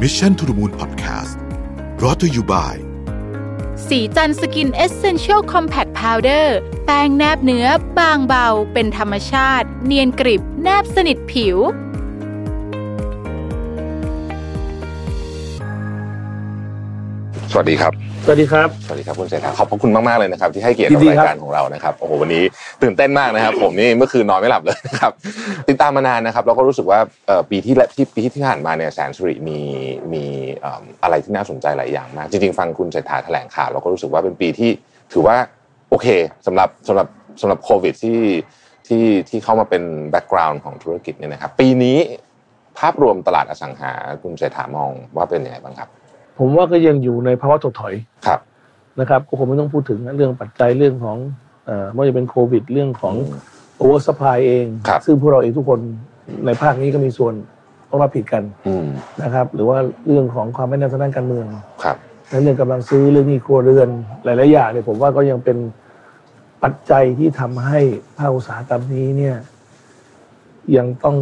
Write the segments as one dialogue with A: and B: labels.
A: Mission to the Moon Podcast รอ t ธออยู่บ่าย
B: สีจันทร์สกินเอเซนเชียลคอมแพคพาวเดอร์แป้งแนบเนื้อบางเบา เป็นธรรมชาติ เนียนกริบ แนบสนิทผิว
C: สวัสดีครับ
D: สวัสดีครับ
C: สวัสดีครับคุณเศรษฐาขอบพระคุณมากๆเลยนะครับ ที่ให้เกียรติกับ
D: ยินดี
C: รา
D: ครับ
C: ยการของเรานะครับโอ้โหวันนี้ตื่นเต้นมากนะครับ ผมนี่เมื่อคืนนอนไม่หลับเลยนะครับ ติดตามมานานนะครับแล้วก็รู้สึกว่าเอ่อปีที่แล้วที่ปีที่ผ่านมาเนี่ยแสนสุริมีมีเอิ่มอะไรที่น่าสนใจหลายอย่างมากจริงๆฟังคุณเศรษฐาแถลงข่าวแล้วก็รู้สึกว่าเป็นปีที่ถือว่าโอเคสำหรับสำหรับสำหรับโควิดที่ที่ที่เข้ามาเป็นแบ็กกราวน์ของธุรกิจเนี่ยนะครับ ปีนี้ภาพรวมตลาดอสังหาคุณเศรษฐามองว่าเป็นยังไงบ้างครับ
D: ผมว่าก็ยังอยู่ในภาวะถดถอย
C: ครับ
D: นะครับก็คงไม่ต้องพูดถึงเรื่องปัจจัยเรื่องของเอ่อไม่ว่าจะเป็นโควิด เรื่องของโอเวอร์สปายเอง
C: ครับ
D: ซึ่งพวกเราเองทุกคนในภาคนี้ก็มีส่วนต้องรับผิดกัน
C: อืม
D: นะครับ หรือว่าเรื่องของความไม่แน่นอนทางด้านการเมือง
C: ครับ
D: ในเรื่องกำลังซื้อเรื่องหนี้ครัวเรือนหลายๆอย่างเนี่ยผมว่าก็ยังเป็นปัจจัยที่ทำให้ภาคอุตสาหกรรมนี้เนี่ยยังต้อง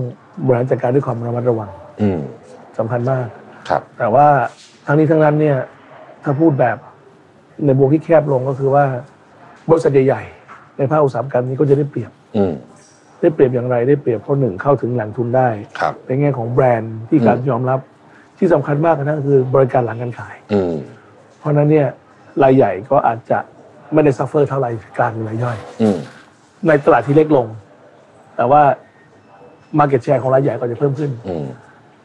D: บริหารจัดการด้วยความระมัดระวัง
C: อืม
D: สำคัญมาก
C: ครับ
D: แต่ว่าทั้งนี้ทั้งนั้นเนี่ยถ้าพูดแบบในวงที่แคบลงก็คือว่าบริษัทใหญ่ๆ ในภาคอุตสาหกรรมนี้ก็จะได้เปรียบ
C: อืม
D: ได้เปรียบอย่างไรได้เปรียบเพราะหนึ่งเข้าถึงแหล่งทุนได้
C: ครับ
D: ในแง่ของแบรนด์ที่การยอมรับที่สำคัญมากนะคือบริการหลังการขาย
C: อืม
D: เพราะฉะนั้นเนี่ยรายใหญ่ก็อาจจะไม่ได้ซัฟเฟอร์เท่ารายกลางหรือรายย่อย
C: อืม
D: ในตลาดที่เล็กลง แต่ว่า Market Share ของรายใหญ่ก็จะเพิ่มขึ้น
C: อืม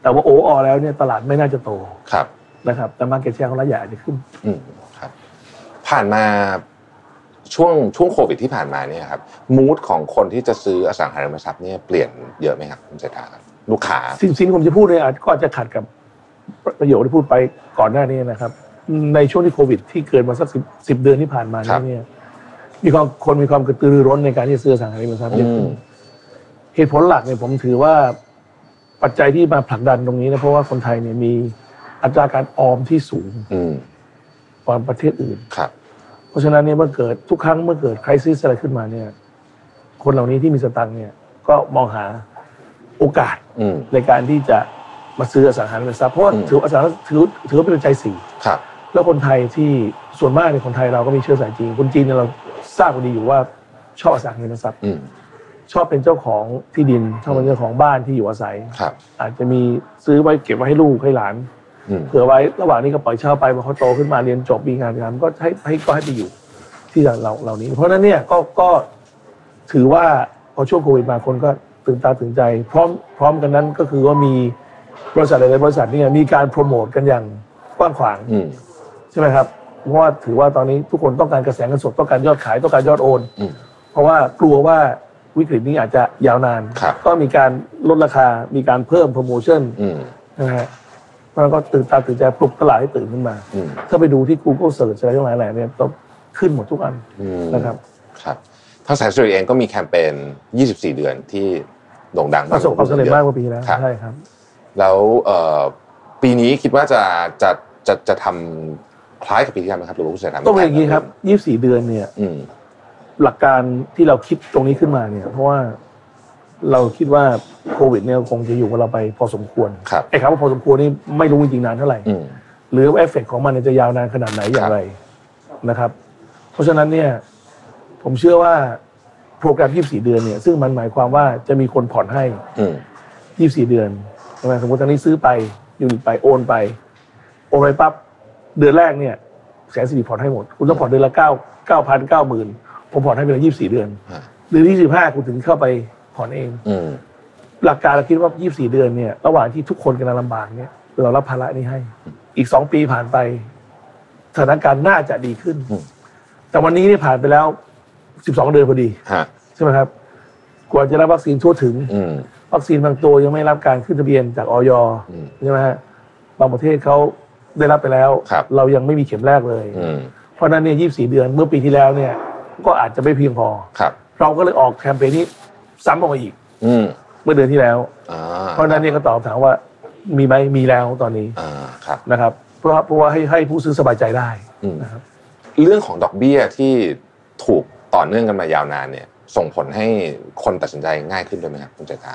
D: แต่ว่าโอออแล้วเนี่ยตลาดไม่น่าจะโต
C: ครับ
D: นะครับแต่ Market Share ของรายใหญ่อาจจะขึ้น
C: อืมครับ ผ่านมาช่วงช่วงโควิดที่ผ่านมาเนี่ยครับมูดของคนที่จะซื้ออสังหาริมทรัพย์เนี่ยเปลี่ยนเยอะไหมครับคุณเศรษฐาครับลูกค้า
D: สิ่งสิ่งที่ผมจะพูดเนี่ยอาจก็อาจจะขัดกับประโยคที่พูดไปก่อนหน้านี้นะครับ ในช่วงที่โควิด ที่เกิดมาสักสิบสิบเดือนที่ผ่านมา
C: ครับ
D: เนี่ยมีความคนมีความกระตือรือร้นในการที่จะซื้ออสังหาริมทรัพย์เย
C: อื
D: อะ
C: ม
D: ขึ้นเหตุผลหลักเนี่ยผมถือว่าปัจจัยที่มาผลักดันตรงนี้นะเพราะว่าคนไทยเนี่ยมีอัตราการออมที่สูง
C: อืม
D: กว่าประเทศอื่น
C: ครับ
D: เพราะฉะนั้นเนี่ยเมื่อเกิดทุกครั้งเมื่อเกิดคริสอะไรขึ้นมาเนี่ย คนเหล่านี้ที่มีสตังค์เนี่ย ก็มองหาโอกาส
C: อืม
D: ในการที่จะมาซื้ออสังหาริมทรัพย์เพราะว่า
C: อืม
D: ถืออสังหาริมทรัพย์ถือถือว่าเป็นปัจจัยสี่
C: ครับ
D: แล้วคนไทยที่ส่วนมากในยคนไทยเราก็มีเชื้อสายจีนคนจีนเนี่ยเราทราบกันดีอยู่ว่าชอบอสังหาริมทรัพย์
C: อืม
D: ชอบเป็นเจ้าของที่ดินชอบเป็นเจ้าของบ้านที่อยู่อาศัย
C: ครับ
D: อาจจะมีซื้อไว้เก็บไว้ให้ลูกให้หลาน
C: อืม
D: เผื่อไว้ระหว่างนี้ก็ปล่อยเช่าไปพอเขาโตขึ้นมาเรียนจบมีงานทำก็ให้ให้ก็ให้ไปอยู่ที่เราเหล่านี้ เพราะฉะนั้นเนี่ยก็ก็ถือว่าพอช่วงโควิดมาคนก็ตื่นตาตื่นใจ พร้อมพร้อมกันนั้นก็คือว่ามีบริษัทหลายๆบริษัทเนี่ยมีการโปรโมทกันอย่างกว้างขวาง
C: อืม
D: ใช่ไหมครับเพราะว่าถือว่าตอนนี้ทุกคนต้องการกระแสเงินสดต้องการยอดขายต้องการยอดโอน
C: อืม
D: เพราะว่ากลัวว่าวิกฤตนี้อาจจะยาวนาน
C: ครับ
D: ก็มีการลดราคา มีการเพิ่มโปรโมชั่น
C: อืม
D: นะฮะมันก็ตื่นตาตื่นใจปลุกตลาดให้ตื่นขึ้นมา
C: อืม
D: ถ้าไปดูที่ Google Search อะไรทั้งหลายแหล่เนี่ยต้องขึ้นหมดทุกอัน
C: อืม
D: นะครับ
C: ครับทางแสนสุริเองก็มีแคมเปญ24 เดือนที่โด่งดัง
D: ประสบความสำเร็จมากกว่าปีที่แล้ว
C: ครับ
D: ใช่ครับ
C: แล้วเอ่อปีนี้คิดว่าจะจะจะจะทำคล้ายกับปีที่แล้วไหมครับหรือว่าคุณเศรษฐามี
D: ต้องเป็นอย่างนี้ครับ 24 เดือนเนี่ย
C: อืม
D: หลักการที่เราคิดตรงนี้ขึ้นมาเนี่ย เพราะว่าเราคิดว่าโควิดเนี่ยคงจะอยู่กับเราไปพอสมควร
C: ครับ
D: ไอ้คำว่าพอสมควรนี่ไม่รู้จริงๆนานเท่าไหร่
C: อืม
D: หรือว่าเอฟเฟกต์ของมันเนี่ยจะยาวนานขนาดไหนอย่างไรนะครับ เพราะฉะนั้นเนี่ยผมเชื่อว่าโปรแกรม 24 เดือนเนี่ย ซึ่งมันหมายความว่าจะมีคนผ่อนให้
C: อืม
D: ยี่สี่เดือนใช่ไหมสมมติตอนนี้ซื้อไปยูนิตไปโอนไปโอนไปปั๊บเดือนแรกเนี่ยแสนสิริผ่อนให้หมด คุณต้องผ่อนเดือนละเก้าเก้าพันเก้าหมื่นผมผ่อนให้เป็นยี่สี่เดือน
C: ฮะ
D: เดือนที่สิบห้าคุณถึงเข้าไปผ่อนเอง
C: อืม
D: หลักการเราคิดว่ายี่สี่เดือนเนี่ยระหว่างที่ทุกคนกำลังลำบากเนี่ยเรารับภาระนี้ให้ อีกสองปีผ่านไปสถานการณ์น่าจะดีขึ้น แต่วันนี้เนี่ยผ่านไปแล้วสิบสองเดือนพอดี
C: ฮะ
D: ใช่ไหมครับกว่าจะได้วัคซีนทั่วถึง
C: อืม
D: วัคซีนบางตัวยังไม่รับการขึ้นทะเบียนจากออย
C: อืม
D: ใช่ไหมฮะบางประเทศเขาได้รับไปแล้ว
C: ครับ
D: เรายังไม่มีเข็มแรกเลย
C: อืม
D: เพราะฉะนั้นเนี่ยยีเดือนเมื่อปีที่แล้วเนี่ย ก็อาจจะไม่เพียงพอ
C: ครับ
D: เราก็เลยออกแคมเปญนี้ซ้ำออกมาอีก
C: อืม
D: เมื่อเดือนที่แล้ว
C: อ่า
D: เพราะฉะนั้นเนี่ยก็ตอบถามว่ามีไหมมีแล้วตอนนี้
C: อ่าครับ
D: นะครับ เพราะเพราะว่าให้ให้ผู้ซื้อสบายใจได้
C: อืม
D: นะครับ
C: เรื่องของดอกเบี้ยที่ถูกต่อเนื่องกันมายาวนานเนี่ย ส่งผลให้คนตัดสินใจง่ายขึ้นด้วยไหมครับคุณเศรษฐา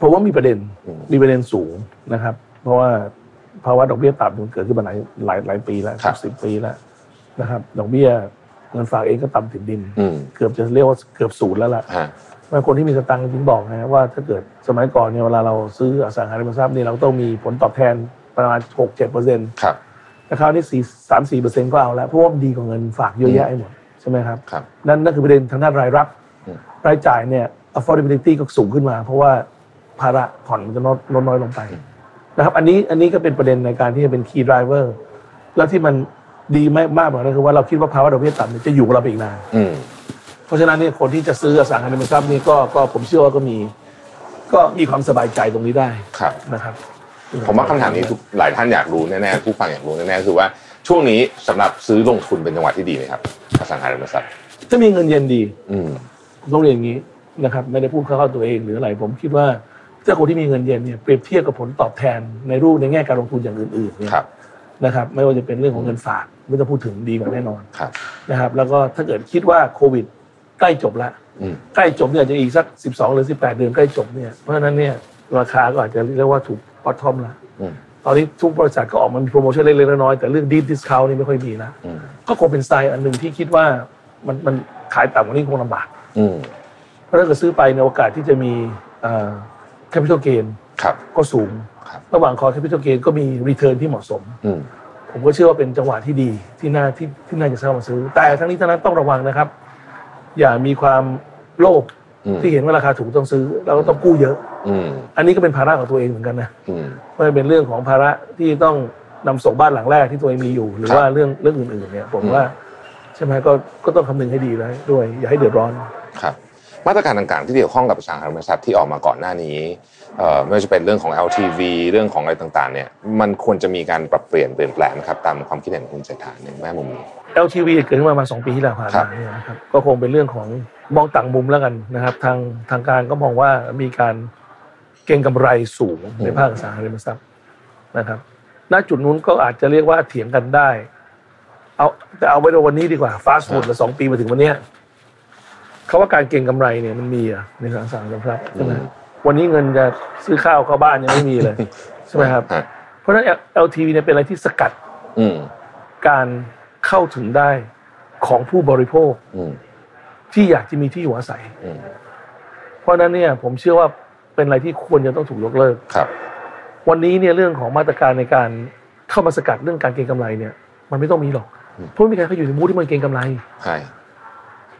D: ผมว่ามีประเด็น
C: อืม
D: มีประเด็นสูงนะครับ เพราะว่า ภาวะดอกเบี้ยต่ำมันเกิดขึ้นมาหลายหลายหลายปีแล้ว
C: ครับ
D: สิบปีแล้วนะครับดอกเบี้ยเงินฝากเองก็ต่ำติดดิน
C: อืม
D: เกือบจะเรียกว่าเกือบศูนย์แล้วล่ะ
C: ฮะ
D: บางคนที่มีสตังค์ถึงบอกนะว่าถ้าเกิดสมัยก่อนเนี่ยเวลาเราซื้ออสังหาริมทรัพย์เนี่ยเราต้องมีผลตอบแทนประมาณ6 7เปอร์เซ็นต์
C: ครับ
D: แต่คราวนี้สี่สามสี่เปอร์เซ็นต์ก็เอาแล้วเพราะว่ามันดีกว่าเงินฝากเยอะแยะไปหมดใช่ไหมครับ
C: ครับ
D: นั่นนั่นคือประเด็นทางด้านรายรับ
C: อืม
D: รายจ่ายเนี่ย affordability ก็สูงขึ้นมา เพราะว่าภาระผ่อนมันจะลดลดน้อยลงไปนะครับ อันนี้อันนี้ก็เป็นประเด็นในการที่จะเป็น key driver แล้วที่มันดีไม่มากกว่านั้นคือว่าเราคิดว่าภาวะดอกเบี้ยต่ำเนี่ยจะอยู่กับเราไปอีกนาน
C: อืม
D: เพราะฉะนั้นเนี่ยคนที่จะซื้ออสังหาริมทรัพย์นี่ก็ก็ผมเชื่อว่าก็มี ก็มีความสบายใจตรงนี้ได้
C: ครับ
D: นะครับ
C: ผมว่าคำถามนี้ทุกหลายท่านอยากรู้แน่ๆผู้ฟังอยากรู้แน่ๆคือว่าช่วงนี้สำหรับซื้อลงทุนเป็นจังหวะที่ดีไหมครับอสังหาริมทรัพย์
D: ถ้ามีเงินเย็นดี
C: อืม
D: ผมต้องเรียนอย่างนี้นะครับ ไม่ได้พูดเข้าๆตัวเองหรืออะไรผมคิดว่าถ้าคนที่มีเงินเย็นเนี่ยเปรียบเทียบกับผลตอบแทนในรูปในแง่การลงทุนอย่างอื่นๆเนี่ย
C: ครับ
D: นะครับ ไม่ว่าจะเป็นเรื่องของเงินฝากไม่ต้องพูดถึงดีกว่าแน่นอน
C: ครับ
D: นะครับ แล้วก็ถ้าเกิดคิดว่าโควิดใกล้จบแล้ว
C: อืม
D: ใกล้จบเนี่ยอาจจะอีกสัก 12 หรือ 18 เดือนใกล้จบเนี่ย เพราะฉะนั้นเนี่ยราคาก็อาจจะเรียกว่าถูกปอทอมละ
C: อืม
D: ตอนนี้ทุกบริษัทก็ออกมันมีโปรโมชั่นเล็กๆน้อยๆแต่เรื่องดี d ิสคาวนี่ไม่ค่อยมีนะ
C: อืม
D: ก็คงเป็นสไตล์อันหนึ่งที่คิดว่ามันมันขายต่ำกว่านี้คงลำบาก
C: อืม
D: เพราะถ้าเกิดซื้อไปในยโอกาสที่จะมีแคปิตอลเกน
C: ครับ
D: ก็สูง
C: ครับ
D: ระหว่างคอแคปิตอลเกนก็มีรีเทิร์นที่เหมาะสม
C: อืม
D: ผมก็เชื่อว่าเป็นจังหวะที่ดีที่น่าที่ที่น่าจะเข้ามาซื้อ แต่ทั้งนี้ทั้งนั้นต้องระวังนะครับ อย่ามีความโลภ
C: อืม
D: ที่เห็นว่าราคาถูกต้องซื้อเราก็ต้องกู้เยอะ
C: อืม
D: อันนี้ก็เป็นภาระของตัวเองเหมือนกันนะ
C: อืม
D: ไม่ว่าเป็นเรื่องของภาระที่ต้องนำส่งบ้านหลังแรกที่ตัวเองมีอยู่ หรือ
C: ครับ
D: ว่าเรื่องเรื่องอื่นๆเนี่ยผม
C: อืม
D: ว่าใช่ไหมก็ก็ต้องคำนึงให้ดีแล้วด้วย อย่าให้เดือดร้อน
C: ครับมาตรการต่างๆที่เกี่ยวข้องกับอสังหาริมทรัพย์ที่ออกมาก่อนหน้านี้เอ่อไม่ว่าจะเป็นเรื่องของ LTV เรื่องของอะไรต่างๆ เนี่ย มันควรจะมีการปรับเปลี่ยนเปลี่ยนแปลงนะครับ ตามความคิดเห็นของคุณเศรษฐาในแม่มุมนี้
D: LTV เกิดขึ้นมาประมาณสองปีที่แล้วผ่าน
C: ครับ
D: มาเนี่ยนะครับก็คงเป็นเรื่องของมองต่างมุมแล้วกันนะครับ ทางทางการก็มองว่ามีการเก็งกำไรสูงในภาคอสังหาริมทรัพย์นะครับ ณจุดนู้นก็อาจจะเรียกว่าเถียงกันได้ เอาแต่เอาไว้ในวันนี้ดีกว่าฟาสต์ฟูดมาสองปีมาถึงวันเนี้ยคำว่าการเก็งกำไรเนี่ยมันมีอะในอสังหาริมทรัพย์ใช่ไหมวันนี้เงินจะซื้อข้าวเข้าบ้านยังไม่มีเลยใช่ไหมครับ
C: ฮะ
D: เพราะฉะนั้น LTV เนี่ยเป็นอะไรที่สกัด
C: อืม
D: การเข้าถึงได้ของผู้บริโภค
C: อืม
D: ที่อยากจะมีที่อยู่อาศัย
C: อืม
D: เพราะฉะนั้นเนี่ยผมเชื่อว่าเป็นอะไรที่ควรจะต้องถูกยกเลิก
C: ครับ
D: วันนี้เนี่ยเรื่องของมาตรการในการเข้ามาสกัดเรื่องการเก็งกำไรเนี่ย มันไม่ต้องมีหรอกเพราะไม่มีใครเขาอยู่ในมูดที่มันเก็งกำไร
C: ใช่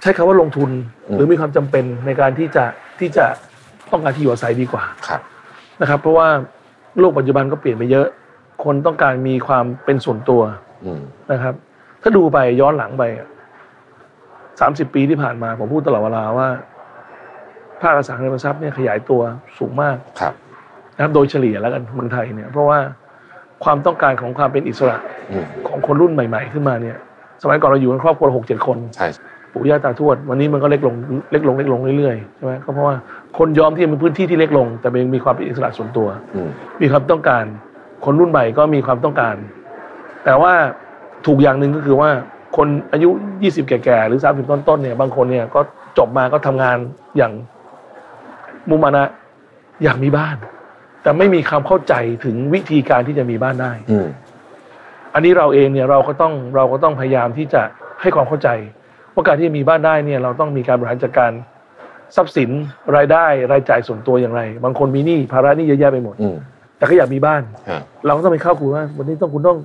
D: ใช้คำว่าลงทุน
C: อืม
D: หรือมีความจำเป็นในการที่จะที่จะต้องการที่อยู่อาศัยดีกว่า
C: ครับ
D: นะครับ เพราะว่าโลกปัจจุบันก็เปลี่ยนไปเยอะ คนต้องการมีความเป็นส่วนตัว
C: อืม
D: นะครับ ถ้าดูไปย้อนหลังไปสามสิบปีที่ผ่านมา ผมพูดตลอดเวลาว่า ภาคอสังหาริมทรัพย์เนี่ยขยายตัวสูงมาก
C: ครับ
D: นะครับ โดยเฉลี่ยแล้วกันเมืองไทยเนี่ย เพราะว่าความต้องการของความเป็นอิสระ
C: อืม
D: ของคนรุ่นใหม่ ๆ ขึ้นมาเนี่ย สมัยก่อนเราอยู่กันครอบครัวหกเจ็ดคน
C: ใช่
D: ปู่ย่าตาทวด วันนี้มันก็เล็กลงเล็กลงเล็กลงเรื่อยๆใช่ไหมก็เพราะว่าคนยอมที่จะมีพื้นที่ที่เล็กลง แต่ยังมีความเป็นอิสระส่วนตัว
C: อืม
D: มีความต้องการ คนรุ่นใหม่ก็มีความต้องการ แต่ว่าถูกอย่างหนึ่งก็คือว่าคนอายุ 20 แก่ๆหรือ 30 ต้นๆเนี่ยบางคนเนี่ยก็จบมาก็ทำงานอย่างมุมานะอยากมีบ้าน แต่ไม่มีความเข้าใจถึงวิธีการที่จะมีบ้านได้
C: อืม
D: อันนี้เราเองเนี่ยเราก็ต้องเราก็ต้องพยายามที่จะให้ความเข้าใจ ว่าการที่จะมีบ้านได้เนี่ยเราต้องมีการบริหารจัดการทรัพย์สินรายได้รายจ่ายส่วนตัวอย่างไร บางคนมีหนี้ภาระหนี้เยอะแยะไปหมด
C: อืม
D: แต่ก็อยากมีบ้าน
C: ฮะ
D: เราก็ต้องไปเข้าคุยว่าวันนี้ต้องคุณต้อง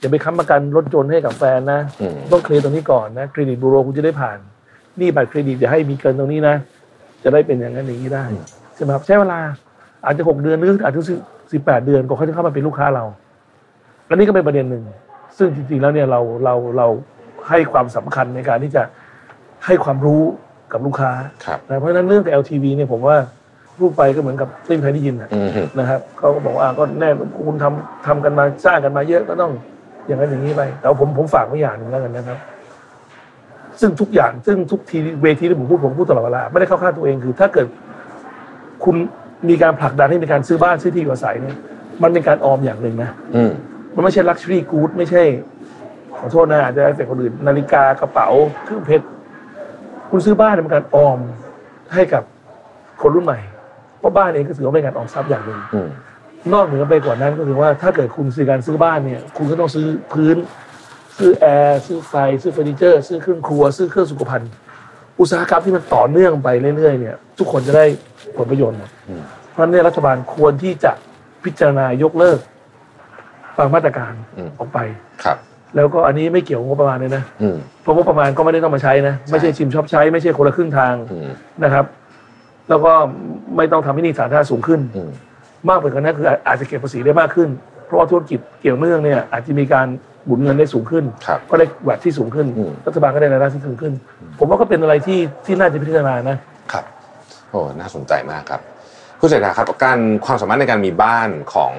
D: อย่าไปค้ำประกันรถยนต์ให้กับแฟนนะ
C: อืม
D: ต้องเคลียร์ตรงนี้ก่อนนะเครดิตบูโรคุณจะได้ผ่านหนี่บัตรเครดิตอย่าให้มีเกินตรงนี้นะ จะได้เป็นอย่างนั้นอย่างนี้ได้ใช่ไหมครับใช้เวลา อาจจะหกเดือนหรืออาจจะสิบแปดเดือนกว่าเขาจะเข้ามาเป็นลูกค้าเรา อันนี้ก็เป็นประเด็นหนึ่ง ซึ่งจริงๆแล้วเนี่ยเราเราเราให้ความสำคัญในการที่จะให้ความรู้กับลูกค้า
C: ครับ
D: นะเพราะฉะนั้นเรื่องกับ LTV เนี่ยผมว่ารูปไปก็เหมือนกับไม่มีใครได้ยินนะ
C: อืม
D: นะครับเขาก็บอกว่าอ่าก็แน่คุณทำทำกันมาสร้างกันมาเยอะก็ต้องอย่างนั้นอย่างนี้ไปแต่ว่าผมผมฝากไว้อย่างหนึ่งแล้วกันนะครับ ซึ่งทุกอย่างซึ่งทุกทีเวทีที่ผมพูดผมพูดตลอดเวลาไม่ได้เข้าข้างตัวเองคือ ถ้าเกิดคุณมีการผลักดันให้มีการซื้อบ้านซื้อที่อยู่อาศัยเนี่ยมันเป็นการออมอย่างหนึ่งนะ
C: อืม
D: มันไม่ใช่ลักชัวรี่กู๊ดไม่ใช่ ขอโทษนะอาจจะเป็นคนอื่น นาฬิกากระเป๋าเครื่องเพชรคุณซื้อบ้านเนี่ยเป็นการออมให้กับคนรุ่นใหม่เพราะบ้านเองก็ถือว่าเป็นการออมทรัพย์อย่างหนึ่ง
C: อืม
D: นอกเหนือไปกว่านั้นก็คือว่าถ้าเกิดคุณซื้อการซื้อบ้านเนี่ย คุณก็ต้องซื้อพื้น ซื้อแอร์ซื้อไฟซื้อเฟอร์นิเจอร์ ซื้อเครื่องครัว ซื้อเครื่องสุขภัณฑ์ อุตสาหกรรมที่มันต่อเนื่องไปเรื่อยๆเนี่ย ทุกคนจะได้ผลประโยชน์หมด
C: อืม
D: เพราะฉะนั้นเนยรัฐบาลควรที่จะพิจารณายกเลิกบางมาตรการออกไป
C: ครับ
D: แล้วก็อันนี้ไม่เกี่ยวกับงบประมาณเลยนะ
C: อืม
D: เพราะงบประมาณก็ไม่ได้ต้องมาใช้นะไม่ใช่ชิมชอบใช้ไม่ใช่คนละครึ่งทาง
C: อืม
D: นะครับ แล้วก็ไม่ต้องทำให้หนี่สาธารณะสูงขึ้น
C: อืม
D: มากไปกว่านั้นคืออาอาจจะเก็บภาษีได้มากขึ้น เพราะว่าธุรกิจเกี่ยวเนื่องเนี่ยอาจจะมีการหมุนเงินได้สูงขึ้น
C: ครับ
D: ก็ได้แวดที่สูงขึ้น
C: อืม
D: รัฐบาลก็ได้รายได้ที่สูงขึ้น ผมว่าก็เป็นอะไรที่ที่น่าจะพิจารณานะครับ
C: โอ้ น่าสนใจมากครับคุณเศรษฐาครับการความสามารถในการมีบ้านของ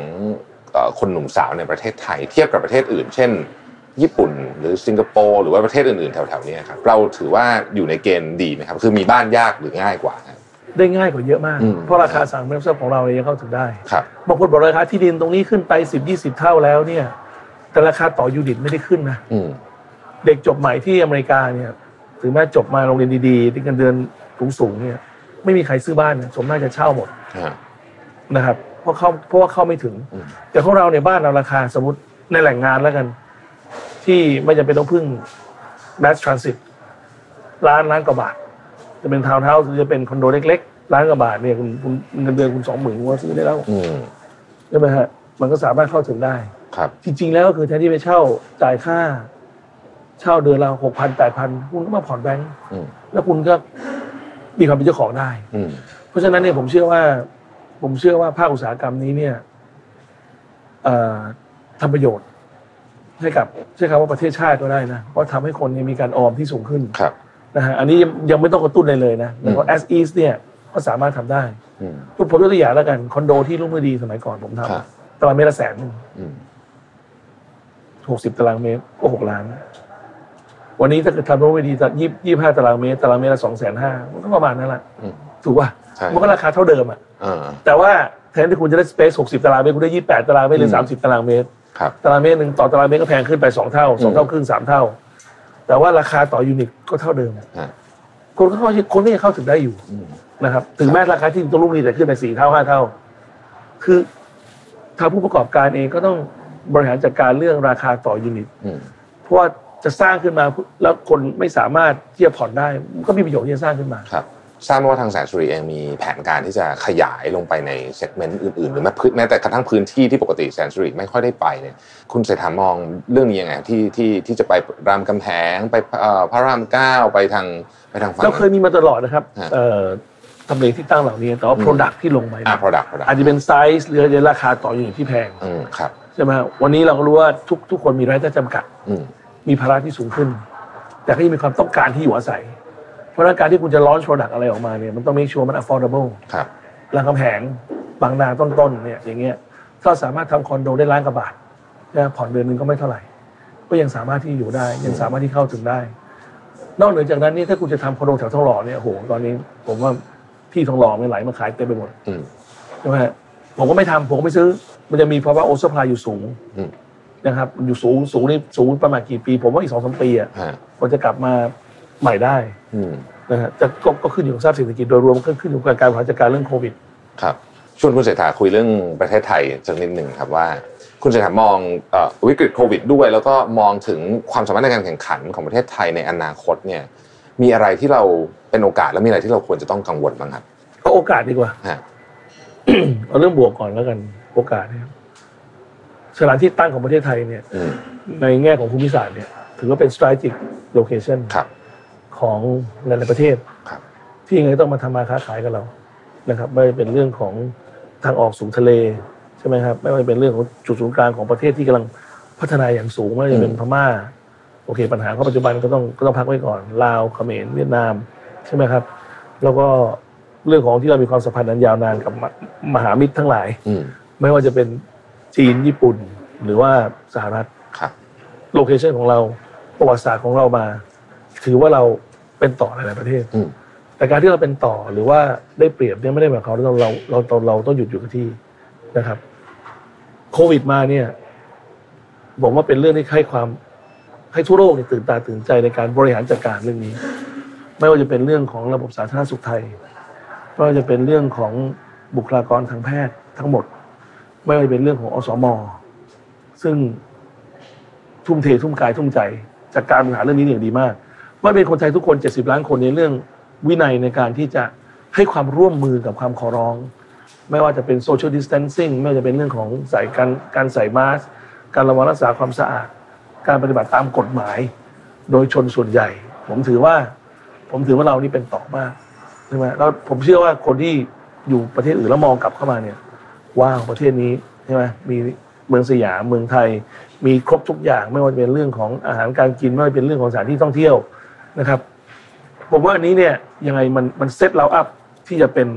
C: เอ่อคนหนุ่มสาวในประเทศไทย เทียบกับประเทศอื่น เช่น ญี่ปุ่น หรือสิงคโปร์ หรือว่าประเทศอื่นๆ แถวๆเนี้ครับ เราถือว่าอยู่ในเกณฑ์ดีไหมครับ คือมีบ้านยากหรือง่ายกว่าครับ
D: ได้ง่ายกว่าเยอะมาก
C: อืม
D: เพราะราคาสารเงินทรัพย์ของเราเนี่ยยังเข้าถึงได้
C: ครับ
D: บางคนบอกราคาที่ดินตรงนี้ขึ้นไป 10 20 เท่าแล้วเนี่ย แต่ราคาต่อยูนิตไม่ได้ขึ้นนะ
C: อืม
D: เด็กจบใหม่ที่อเมริกาเนี่ยถึงแม้จบมาโรงเรียนดีๆที่เงินเดือนสูงๆเนี่ยไม่มีใครซื้อบ้านนะสมน่าจะเช่าหมด นะครับเพราะเข้าเพราะว่าเข้าไม่ถึง
C: อืม
D: แต่ของเราเนี่ยบ้านเราราคาสมมติในแหล่งงานแล้วกัน ที่ไม่จำเป็นต้องพึ่ง mass transit ล้านล้านกว่าบาท จะเป็นทาวน์เฮาส์หรือจะเป็นคอนโดเล็กๆล้านกว่าบาทเนี่ยคุณคุณเงินเดือนคุณสองหมื่นคุณก็ซื้อได้แล้ว
C: อืม
D: ใช่ไหมฮะมันก็สามารถเข้าถึงได้
C: ครับ
D: จริง ๆ แล้วก็คือแทนที่ไปเช่าจ่ายค่า เช่าเดือนละหกพันแปดพันคุณก็มาผ่อนแบงค์
C: อืม
D: แล้วคุณก็มีความเป็นเจ้าของได้
C: อืม
D: เพราะฉะนั้นเนี่ยผมเชื่อว่า ผมเชื่อว่าภาคอุตสาหกรรมนี้เนี่ยเอ่อทำประโยชน์ให้กับใช้คำว่าประเทศชาติก็ได้นะเพราะทำให้คนเนี่ยมีการออมที่สูงขึ้น
C: ครับ
D: นะฮะอันนี้ยังยังไม่ต้องกระตุ้นเลยเลยนะแล้วก็
C: อืม
D: as is เนี่ยก็สามารถทำได้
C: อืม
D: ยกผมยกตัวอย่างแล้วกันคอนโดที่รุ่งฤดีสมัยก่อนผมท
C: ครับ
D: ำตารางเมตรละแสน
C: อืม
D: หกสิบตารางเมตรก็หกล้าน วันนี้ถ้าเกิดทำรุ่งฤดียี่ยี่ห้าตารางเมตรตารางเมตรละสองแสนห้ามันก็ประมาณนั้นแหละ
C: อืม
D: ถูกป่ะ
C: ใช่
D: มันก็ราคาเท่าเดิมอ่ะ
C: เออ
D: แต่ว่าแทนที่คุณจะได้สเปซ60 ตารางเมตร คุณได้ 28 ตารางเมตรหรือ
C: อืม
D: 30 ตารางเมตร
C: ครับ
D: ตารางเมตรหนึ่งต่อตารางเมตรก็แพงขึ้นไป 2 เท่า 2 เท่าครึ่ง 3 เท่า แต่ว่าราคาต่อยูนิตก็เท่าเดิม
C: ฮะ
D: คนก็เข้าคนก็ยังเข้าถึงได้อยู่
C: อืม
D: นะครับ ถึงแม้ราคาที่ดินตัวลูกนี้จะขึ้นไป4เท่า 5 เท่า คือทางผู้ประกอบการเองก็ต้องบริหารจัดการเรื่องราคาต่อยูนิต
C: อืม
D: เพราะว่าจะสร้างขึ้นมาแล้วคนไม่สามารถที่จะผ่อนได้มันก็มีประโยชน์ที่จะสร้างขึ้นมา
C: ครับทราบมาว่าทางแสนสุรีเองมีแผนการที่จะขยายลงไปในเซกเมนต์อื่นๆ หรือแม้พื้นแม้แต่กระทั่งพื้นที่ที่ปกติแสนสุรีไม่ค่อยได้ไปเนี่ยคุณเศรษฐามองเรื่องนี้ยังไงที่ที่ที่จะไปรามคำแหงไปเอ่อพระรามเก้าไปทางไปทางฝั่ง
D: เราเคยมีมาตลอดนะครับ
C: ฮะ
D: เอ่อทำเลที่ตั้งเหล่านี้ แต่ว่า
C: อืม
D: โปรดักที่ลงไป
C: อ่า product product
D: อาจจะเป็นไซส์หรืออาจจะราคาต่อยูนิตที่แพง
C: อืมครับ
D: ใช่ไหมฮะวันนี้เราก็รู้ว่าทุกทุกคนมีรายได้จำกัด
C: อืม
D: มีภาระที่สูงขึ้น แต่ก็ยังมีความต้องการที่อยู่อาศัย เพราะฉะนั้นการที่คุณจะร้อนโปรดักอะไรออกมาเนี่ยมันต้อง make sure มัน affordable
C: ครับ
D: รามคำแหงบางนาต้นๆเนี่ยอย่างเงี้ยก็สามารถทำคอนโดได้ล้านกว่าบาทนะผ่อนเดือนหนึงก็ไม่เท่าไหร่ ก็ยังสามารถที่อยู่ได้ ยังสามารถที่เข้าถึงได้ นอกเหนือจากนั้นนี่ถ้าคุณจะทำคอนโดแถวทองหล่อเนี่ยโอ้โหตอนนี้ ผมว่าที่ทองหล่อมันไหลมาขายเต็มไปหมด
C: อืม
D: ใช่ไหมฮะผมก็ไม่ทำผมก็ไม่ซื้อ มันจะมีภาวะโอเวอร์สป라이อยู่สูง
C: อืม
D: นะครับอยู่สูงสูงนี่สูงประมาณกี่ปี ผมว่าอีกสองสามปีอ่ะ
C: ฮะ
D: มันจะกลับมาใหม่ได้
C: อืม
D: นะฮะแต่ก็ก็ขึ้นอยู่กับสภาพเศรษฐกิจโดยรวมก็ขึ้นอยู่กับการบริหารจัดการเรื่องโควิด
C: ครับชวนคุณเศรษฐาคุยเรื่องประเทศไทยสักนิดหนึ่งครับว่า คุณเศรษฐามองเออวิกฤตโควิดด้วย แล้วก็มองถึงความสามารถในการแข่งขันของประเทศไทยในอนาคตเนี่ยมีอะไรที่เราเป็นโอกาสและมีอะไรที่เราควรจะต้องกังวลบ้างครับ
D: ก็โอกาสดีกว่า
C: ฮะ
D: เอาเรื่องบวกก่อนแล้วกันโอกาสเนี่ยสถานที่ตั้งของประเทศไทยเนี่ย
C: อืม
D: ในแง่ของภูมิศาสตร์เนี่ย ถือว่าเป็น strategic location
C: ครับ
D: ของหลายๆประเทศ
C: ครับ
D: ที่ยังไงต้องมาทำมาค้าขายกับเรานะครับ ไม่ว่าจะเป็นเรื่องของทางออกสู่ทะเลใช่ไหมครับ ไม่ว่าจะเป็นเรื่องของจุดศูนย์กลางของประเทศที่กำลังพัฒนาอย่างสูงไม่ว่าจะเป็นพม่า โอเค ปัญหาข้อปัจจุบันก็ต้องก็ต้องพักไว้ก่อนลาวเขมรเวียดนามใช่ไหมครับ แล้วก็เรื่องของที่เรามีความสัมพันธ์อันยาวนานกับมมหามิตรทั้งหลาย
C: อืม
D: ไม่ว่าจะเป็นจีนญี่ปุ่น หรือว่าสหรัฐ
C: ครับ
D: โลเคชันของเราประวัติศาสตร์ของเรามา ถือว่าเราเป็นต่อหลายๆประเทศ
C: อืม
D: แต่การที่เราเป็นต่อหรือว่าได้เปรียบเนี่ยไม่ได้หมายความว่าเราเราเราเราเราต้องหยุดอยู่กับที่นะครับ โควิดมาเนี่ยผมว่าเป็นเรื่องที่ให้ความให้ทั่วโลกเนี่ยตื่นตาตื่นใจในการบริหารจัดการเรื่องนี้ ไม่ว่าจะเป็นเรื่องของระบบสาธารณสุขไทยไม่ว่าจะเป็นเรื่องของบุคลากรทางแพทย์ทั้งหมด ไม่ว่าจะเป็นเรื่องของอสม ซึ่งทุ่มเททุ่มกายทุ่มใจ จากการบริหารเรื่องนี้อย่างดีมากว่าเป็นคนไทยทุกคน 70 ล้านคนในเรื่องวินัยในการที่จะให้ความร่วมมือกับความขอร้อง ไม่ว่าจะเป็นโซเชียลดิส a ทนซิ่งไม่ว่าจะเป็นเรื่องของใส่การการใส่มาสก์การระวังรักษาความสะอาด การปฏิบัติตามกฎหมาย โดยชนส่วนใหญ่ ผมถือว่า ผมถือว่าเรานี่เป็นต่อมากใช่ไหมแล้วผมเชื่อว่าคนที่อยู่ประเทศอื่นแล้วมองกลับเข้ามาเนี่ย ว้าวประเทศนี้ใช่ไหมมีเมืองสยามเมืองไทย มีครบทุกอย่างไม่ว่าจะเป็นเรื่องของอาหารการกินไม่ว่าจะเป็นเรื่องของสถานที่ท่องเที่ยวนะครับ ผมว่าอันนี้เนี่ยยังไงมันมันเซตเราอัพที่จะเป็น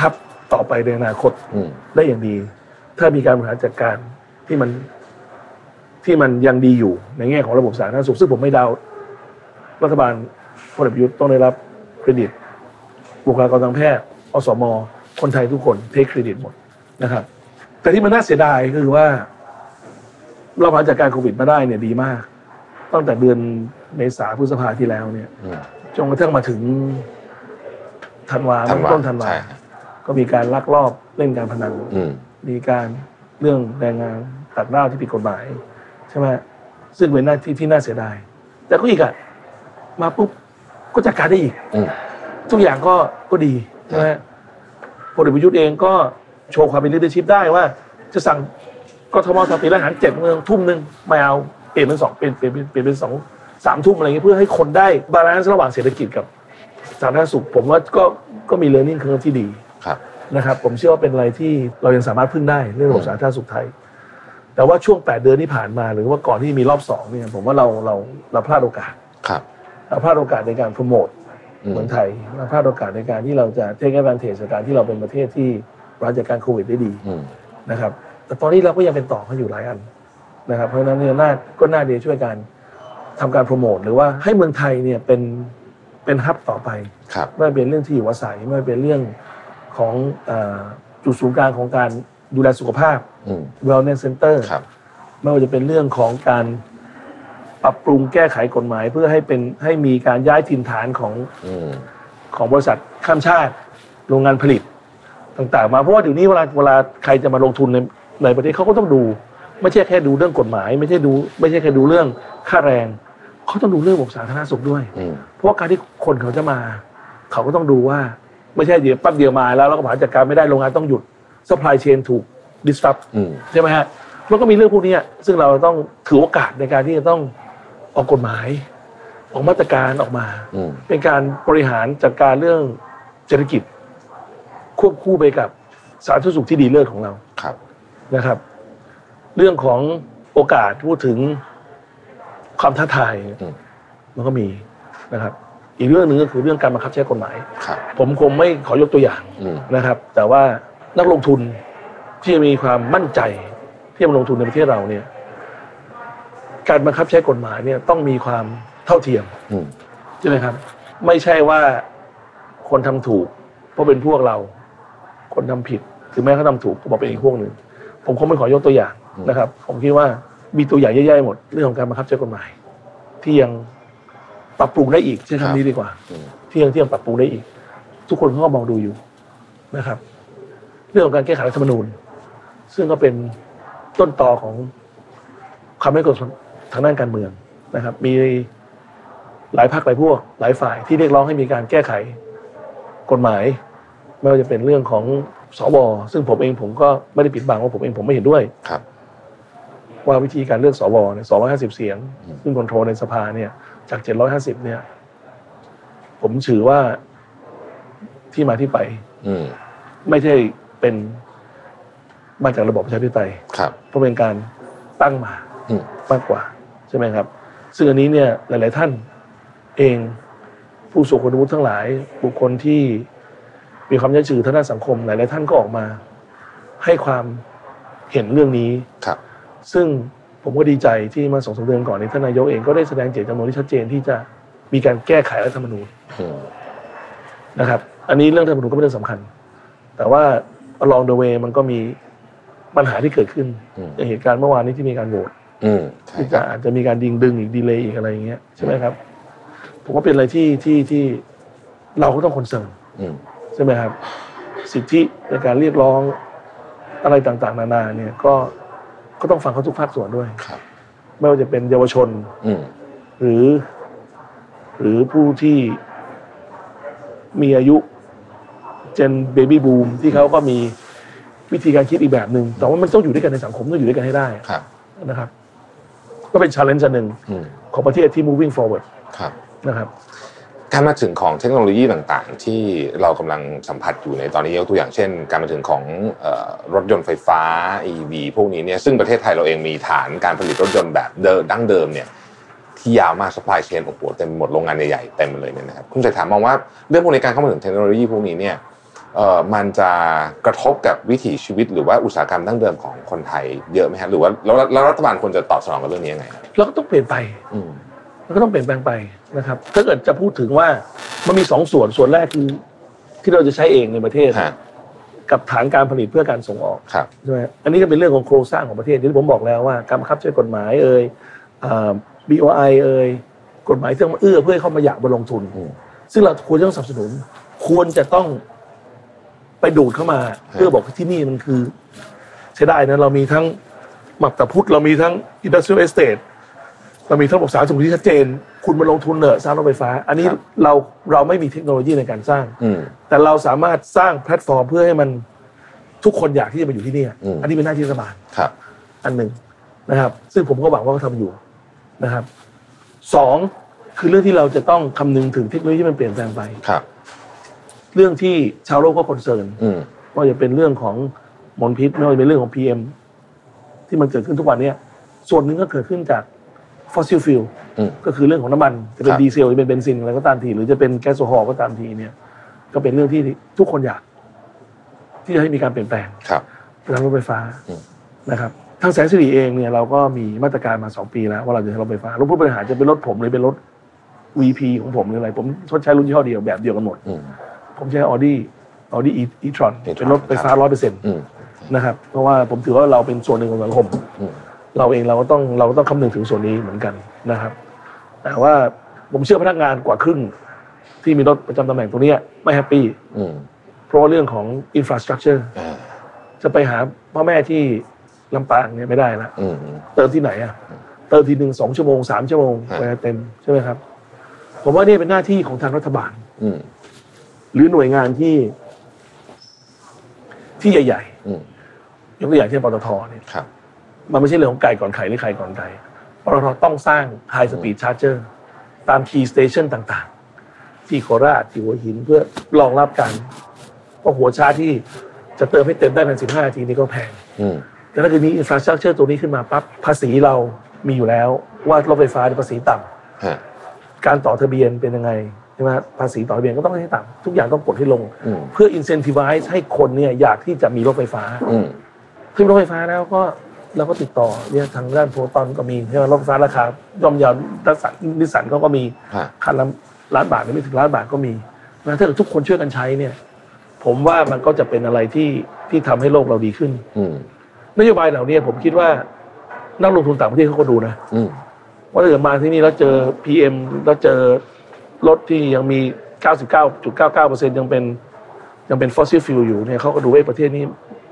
D: ฮับต่อไปในอนาคต
C: อืม
D: ได้อย่างดี ถ้ามีการบริหารจัดการที่มันที่มันยังดีอยู่ในแง่ของระบบสาธารณสุขซึ่งผมไม่เดารัฐบาลพลเอกประยุทธ์ต้องได้รับเครดิต บุคลากรทางแพทย์อสม คนไทยทุกคนเทคเครดิตหมดนะครับ แต่ที่มันน่าเสียดายก็คือว่า เราบริหารจัดการโควิดมาได้เนี่ยดีมาก ตั้งแต่เดือนเมษาพฤษภาที่แล้วเนี่ย
C: อืม
D: จนกระทั่งมาถึงธันวา
C: ธันวา
D: ต้นธันวา
C: ใช่ฮะ
D: ก็มีการลักลอบเล่นการพนัน
C: อืม
D: มีการเรื่องแรงงานต่างด้าวที่ผิดกฎหมาย ใช่ไหมซึ่งเป็นหน้าที่ที่น่าเสียดาย แต่ก็อีกอะมาปุ๊บก็จัดการได้อีก
C: อืม
D: ทุกอย่างก็ก็ดีใช่ไหมพลเอกประยุทธ์เองก็โชว์ความเป็นลีดเดอร์ชิพได้ว่า จะสั่งกทมสั่งปิดร้านอาหารเจ็ดเมืองทุ่มหนึ่งไม่เอาเปลี่ยนเป็นสองเปลี่ยนเปลี่ยนเป็นเปลี่ยนเป็นสองสามทุ่มอะไรเงี้ยเพื่อให้คนได้บาลานซ์ระหว่างเศรษฐกิจกับสาธารณสุข ผมว่าก็ก็มีเรียนรู้เครื่องที่ดี
C: ครับ
D: นะครับผมเชื่อว่าเป็นอะไรที่เรายังสามารถพึ่งได้เรื่องระบบสาธารณสุขไทย แต่ว่าช่วง 8 เดือนที่ผ่านมา หรือว่าก่อนที่มีรอบสองเนี่ยผมว่าเราเราเราพลาดโอกาส
C: ครับ
D: เราพลาดโอกาสในการโปรโมท
C: อืม
D: เมืองไทยเราพลาดโอกาสในการที่เราจะ take advantage จากการที่เราเป็นประเทศที่บริหารจัดการโควิดได้ดี
C: อืม
D: นะครับ แต่ตอนนี้เราก็ยังเป็นต่อกันอยู่หลายอันนะครับ เพราะฉะนั้นเนี่ยน่าก็น่าดีช่วยกันทำการโปรโมทหรือว่าให้เมืองไทยเนี่ยเป็นเป็นฮับต่อไป
C: ครับ
D: ไม่ว่าเป็นเรื่องที่อยู่อาศัยไม่ว่าเป็นเรื่องของเออจุดศูนย์กลางของการดูแลสุขภาพ
C: อืม
D: wellness center
C: ครับ
D: ไม่ว่าจะเป็นเรื่องของการปรับปรุงแก้ไขกฎหมาย เพื่อให้เป็นให้มีการย้ายถิ่นฐานของ
C: อืม
D: ของบริษัทข้ามชาติ โรงงานผลิตต่างๆ มาเพราะว่าเดี๋ยวนี้เวลาเวลาใครจะมาลงทุนในในประเทศเขาก็ต้องดู ไม่ใช่แค่ดูเรื่องกฎหมาย ไม่ใช่ดู ไม่ใช่แค่ดูเรื่องค่าแรงเขาต้องดูเรื่องระบบสาธารณสุขด้วย
C: อืม
D: เพราะว่าการที่คนเขาจะมา เขาก็ต้องดูว่า ไม่ใช่เดี๋ยวแปั๊บเดียวมาแล้วเราก็ผ่านจัดการไม่ได้โรงงานต้องหยุดสป라이เชนถูก disrupt
C: อืม
D: ใช่ไหมฮะมันก็มีเรื่องพวกนี้ซึ่งเราต้องถือโอกาสในการที่จะต้องออกกฎหมาย ออกมาตรการออกมา
C: อืม
D: เป็นการบริหารจัดการเรื่องเศรษฐกิจ ควบคู่ไปกับสาธารณสุขที่ดีเลิศของเรา
C: ครับ
D: นะครับ เรื่องของโอกาสพูดถึงความท้าทาย
C: อืม
D: มันก็มีนะครับ อีกเรื่องหนึ่งก็คือเรื่องการบังคับใช้กฎหมาย
C: ครับ
D: ผมคงไม่ขอยกตัวอย่าง
C: อืม
D: นะครับ แต่ว่านักลงทุนที่จะมีความมั่นใจที่จะมาลงทุนในประเทศเราเนี่ย การบังคับใช้กฎหมายเนี่ยต้องมีความเท่าเทียม
C: อืม
D: ใช่ไหมครับ ไม่ใช่ว่าคนทำถูก เพราะเป็นพวกเรา คนทำผิดถึงแม้เขาทำถูกก็บอกเป็นอีกพวกหนึ่งผมคงไม่ขอยกตัวอย่าง
C: อืม
D: นะครับ ผมคิดว่ามีตัวอย่างแย่ๆหมดเรื่องของการบังคับใช้กฎหมาย ที่ยังปรับปรุงได้อีกใช้คำนี้ดีกว่า
C: อืม
D: ที่ยังที่ยังปรับปรุงได้อีก ทุกคนเขาก็มองดูอยู่นะครับ เรื่องของการแก้ไขรัฐธรรมนูญ ซึ่งก็เป็นต้นตอของความไม่กดทางด้านการเมืองนะครับ มีหลายพรรคหลายพวก หลายฝ่ายที่เรียกร้องให้มีการแก้ไขกฎหมาย ไม่ว่าจะเป็นเรื่องของสวซึ่งผมเองผมก็ไม่ได้ปิดบังว่าผมเองผมไม่เห็นด้วย
C: ครับ
D: ว่าวิธีการเลือกสวเนี่ย250 เสียง
C: อืม
D: ซึ่งคอนโทรลในสภาเนี่ย จาก 750 เนี่ย ผมถือว่าที่มาที่ไป
C: อืม
D: ไม่ใช่เป็นมาจากระบบประชาธิปไตย
C: ครับ
D: เพราะเป็นการตั้งมา
C: อืม
D: มากกว่า ใช่ไหมครับ ซึ่งอันนี้เนี่ยหลาย ๆ ท่านเองผู้สูงคุณวุฒิทั้งหลาย บุคคลที่มีความยั่งยืนทางด้านสังคม หลาย ๆ ท่านก็ออกมา ให้ความเห็นเรื่องนี้
C: ครับ
D: ซึ่งผมก็ดีใจที่เมาสองสามเดือนก่อนนี้ท่านนายกเองก็ได้แสดงเจตจำนงที่ชัดเจนที่จะมีการแก้ไขรัฐธรรมนูญ
C: อืม
D: นะครับ อันนี้เรื่องรัฐธรรมนูญก็เป็นเรื่องสำคัญ แต่ว่า along the way มันก็มีปัญหาที่เกิดขึ้น
C: อืม
D: อย่างเหตุการณ์เมื่อวานนี้ที่มีการโหวต
C: อืม ใช่
D: ที่
C: ค
D: จะ
C: รับ
D: อาจจะมีการดิงดึงอีกดีเลย์อีกอะไรอย่างเงี้ยใช่ไหมครับ ผมว่าเป็นอะไรที่ที่ที่เราก็ต้องคอนเซิร์น
C: อืม
D: ใช่ไหมครับ สิทธิในการเรียกร้อง อะไรต่างๆ นานาเนี่ยก็ก็ต้องฟังเขาทุกภาคส่วนด้วย
C: ครับ
D: ไม่ว่าจะเป็นเยาวชน
C: อืม
D: หรือ หรือผู้ที่มีอายุเจนเบบี้บูมที่เขาก็มีวิธีการคิดอีกแบบหนึ่งแต่ว่ามันต้องอยู่ด้วยกันในสังคมต้องอยู่ด้วยกันให้ได้
C: ครับ
D: นะครับ ก็เป็นชาเลนจ์หนึ่ง
C: อืม
D: ของประเทศที่ moving forward
C: ครับ
D: นะครับ
C: การมาถึงของเทคโนโลยีต่างๆ ที่เรากำลังสัมผัสอยู่ในตอนนี้ยกตัวอย่างเช่น การมาถึงของเอ่อรถยนต์ไฟฟ้า EV พวกนี้เนี่ยซึ่งประเทศไทยเราเองมีฐานการผลิตรถยนต์แบบเดิมดั้งเดิมเนี่ยที่ยาวมากสปายเชนโอ้โหเต็มไปหมดโรงงานใหญ่ๆเต็มไปเลยเนี่ยนะครับคุณเศรษฐามองว่าเรื่องพวกนี้การเข้ามาถึงเทคโนโลยีพวกนี้เนี่ยเอ่อมันจะกระทบกับวิถีชีวิต หรือว่าอุตสาหกรรมดั้งเดิมของคนไทยเยอะไหมฮะหรือว่าแล้วแล้วรัฐบาลควรจะตอบสนองกับเรื่องนี้ยังไงครับ
D: เราก็ต้องเปลี่ยนไป
C: อืม
D: มันก็ต้องเปลี่ยนแปลงไปนะครับ ถ้าเกิดจะพูดถึงว่ามันมีสองส่วน ส่วนแรกคือ ที่เราจะใช้เองในประเทศ
C: ฮะ
D: กับฐานการผลิตเพื่อการส่งออก
C: ครับ
D: ใช่ไหมอันนี้ก็เป็นเรื่องของโครงสร้างของประเทศอย่างที่ผมบอกแล้วว่าการบังคับใช้กฎหมายเอ่ยเอ่อ BOI เอ่ยกฎหมายที่มาเอื้อเพื่อให้เข้ามาอยากมาลงทุน
C: อืม
D: ซึ่งเราควรจะต้องสนับสนุน ควรจะต้องไปดูดเข้ามา เพื่อบอกว่าที่นี่มันคือ ใช้ได้นะเรามีทั้งหมักตะพุทธเรามีทั้งอินดัส r ทรี l e เอสเตเรามีทั้งระบบสาธารณสุขที่ชัดเจน คุณมาลงทุนเนอะสร้างรถไฟฟ้า อันนี้
C: ครับ
D: เราเราไม่มีเทคโนโลยีในการสร้าง
C: อืม
D: แต่เราสามารถสร้างแพลตฟอร์มเพื่อให้มันทุกคนอยากที่จะมาอยู่ที่เนี่ย
C: อืม
D: อันนี้เป็นหน้าที่รัฐบาล
C: ครับ
D: อันหนึ่งนะครับ ซึ่งผมก็หวังว่าเขาทำอยู่นะครับสองคือเรื่องที่เราจะต้องคำนึงถึงเทคโนโลยีที่มันเปลี่ยนแปลงไป
C: ครับ
D: เรื่องที่ชาวโลกก็คอนเซิร์น
C: อืม
D: ไม่ว่าจะเป็นเรื่องของมลพิษไม่ว่าจะเป็นเรื่องของ PM ที่มันเกิดขึ้นทุกวันเนี้ยส่วนหนึ่งก็เกิดขึ้นจากฟอสซิลฟิล
C: อืม
D: ก็คือเรื่องของน้ำมัน จะเป็
C: คน รับ
D: ดีเซลจะเป็นเบนซินอะไรก็ตามที หรือจะเป็นแก๊สโซฮอล์ก็ตามทีเนี่ย ก็เป็นเรื่องที่ทุกคนอยาก ที่จะให้มีการเปลี่ยนแปลง
C: ครับ
D: ทางรถไฟฟ้า
C: อืม
D: นะครับทางแสนสิริเองเนี่ยเราก็มีมาตรการมาสองปีแล้วว่าเราจะใช้รถไฟฟ้ารถผู้บริหารจะเป็นรถผมหรือเป็นรถ VP ของผมหรืออะไร ผมชดใช้รุ่นยี่ห้อเดียวแบบเดียวกันหมด
C: อืม
D: ผมใช้ Audi Audi e e tron เป็นรถไฟฟ้าร้อยเปอร์เซ็นต์
C: อืม
D: นะครับเพราะว่าผมถือว่าเราเป็นส่วนหนึ่งของสังคม
C: อืม
D: เราเองเราก็ต้องเราก็ต้องคำนึงถึงส่วนนี้เหมือนกันนะครับ แต่ว่าผมเชื่อพนักงานกว่าครึ่ง ที่มีรถประจำตำแหน่งตรงเนี้ยไม่แฮปปี้
C: อืม
D: เพราะว่าเรื่องของ infrastructure
C: อ่า
D: จะไปหาพ่อแม่ที่ลำปางเนี่ยไม่ได้ละ
C: อืม
D: เติมที่ไหนอะเติมทีหนึ่งสองชั่วโมงสามชั่วโมง
C: ฮะ
D: เวลาเต็มใช่ไหมครับ ผมว่าเนี่ยเป็นหน้าที่ของทางรัฐบาล
C: อืม
D: หรือหน่วยงานที่ ที่ใหญ่
C: อืม
D: ๆยกตัวอย่างเช่นปตทเนี่ย
C: ครับ
D: มันไม่ใช่เรื่องของไก่ก่อนไข่หรือไข่ก่อนไก่ปตทต้องสร้าง High Speed Charger ตาม Key Station ต่างๆ ที่โคราชที่หัวหินเพื่อรองรับการเพราะหัวชาร์จที่จะเติมให้เต็มได้ภายในสิบห้านาทีนี่ก็แพง
C: อืม
D: แต่ถ้าเกิดมีอินฟราสตรักเจอร์ตัวนี้ขึ้นมาปั๊บภาษีเรามีอยู่แล้ว ว่ารถไฟฟ้าเนี่ยภาษีต่ำ
C: ฮะ
D: การต่อทะเบียนเป็นยังไงใช่ไหมภาษีต่อทะเบียนก็ต้องให้ต่ำทุกอย่างต้องปลดให้ลง
C: อืม
D: เพื่ออินเซน i ิ i z e ให้คนเนี่ยอยากที่จะมีรถไฟฟ้า
C: อืม
D: ขึ้นรถไฟฟ้าแล้วก็เราก็ติดต่อเนี่ยทางด้านโพตอนก็มีใช่ไหมรถไฟฟ้าราคาย่อมเยาวดัสสันดิสันเขาก็มี
C: ฮะ
D: คันละล้านบาทหรือไม่ถึงล้านบาทก็มีนะถ้าเกิดทุกคนช่วยกันใช้เนี่ย ผมว่ามันก็จะเป็นอะไรที่ที่ทำให้โลกเราดีขึ้น
C: อืม
D: นโยบายเหล่านี้ผมคิดว่านักลงทุนต่างประเทศเขาก็ดูนะ
C: อืม
D: ว่าถ้าเกิดมาที่นี่แล้วเจอ PM แล้วเจอรถที่ยังมี 99.99%ยังเป็นยังเป็นฟอสซิลฟิลอยู่เนี่ยเขาก็ดูว่าประเทศนี้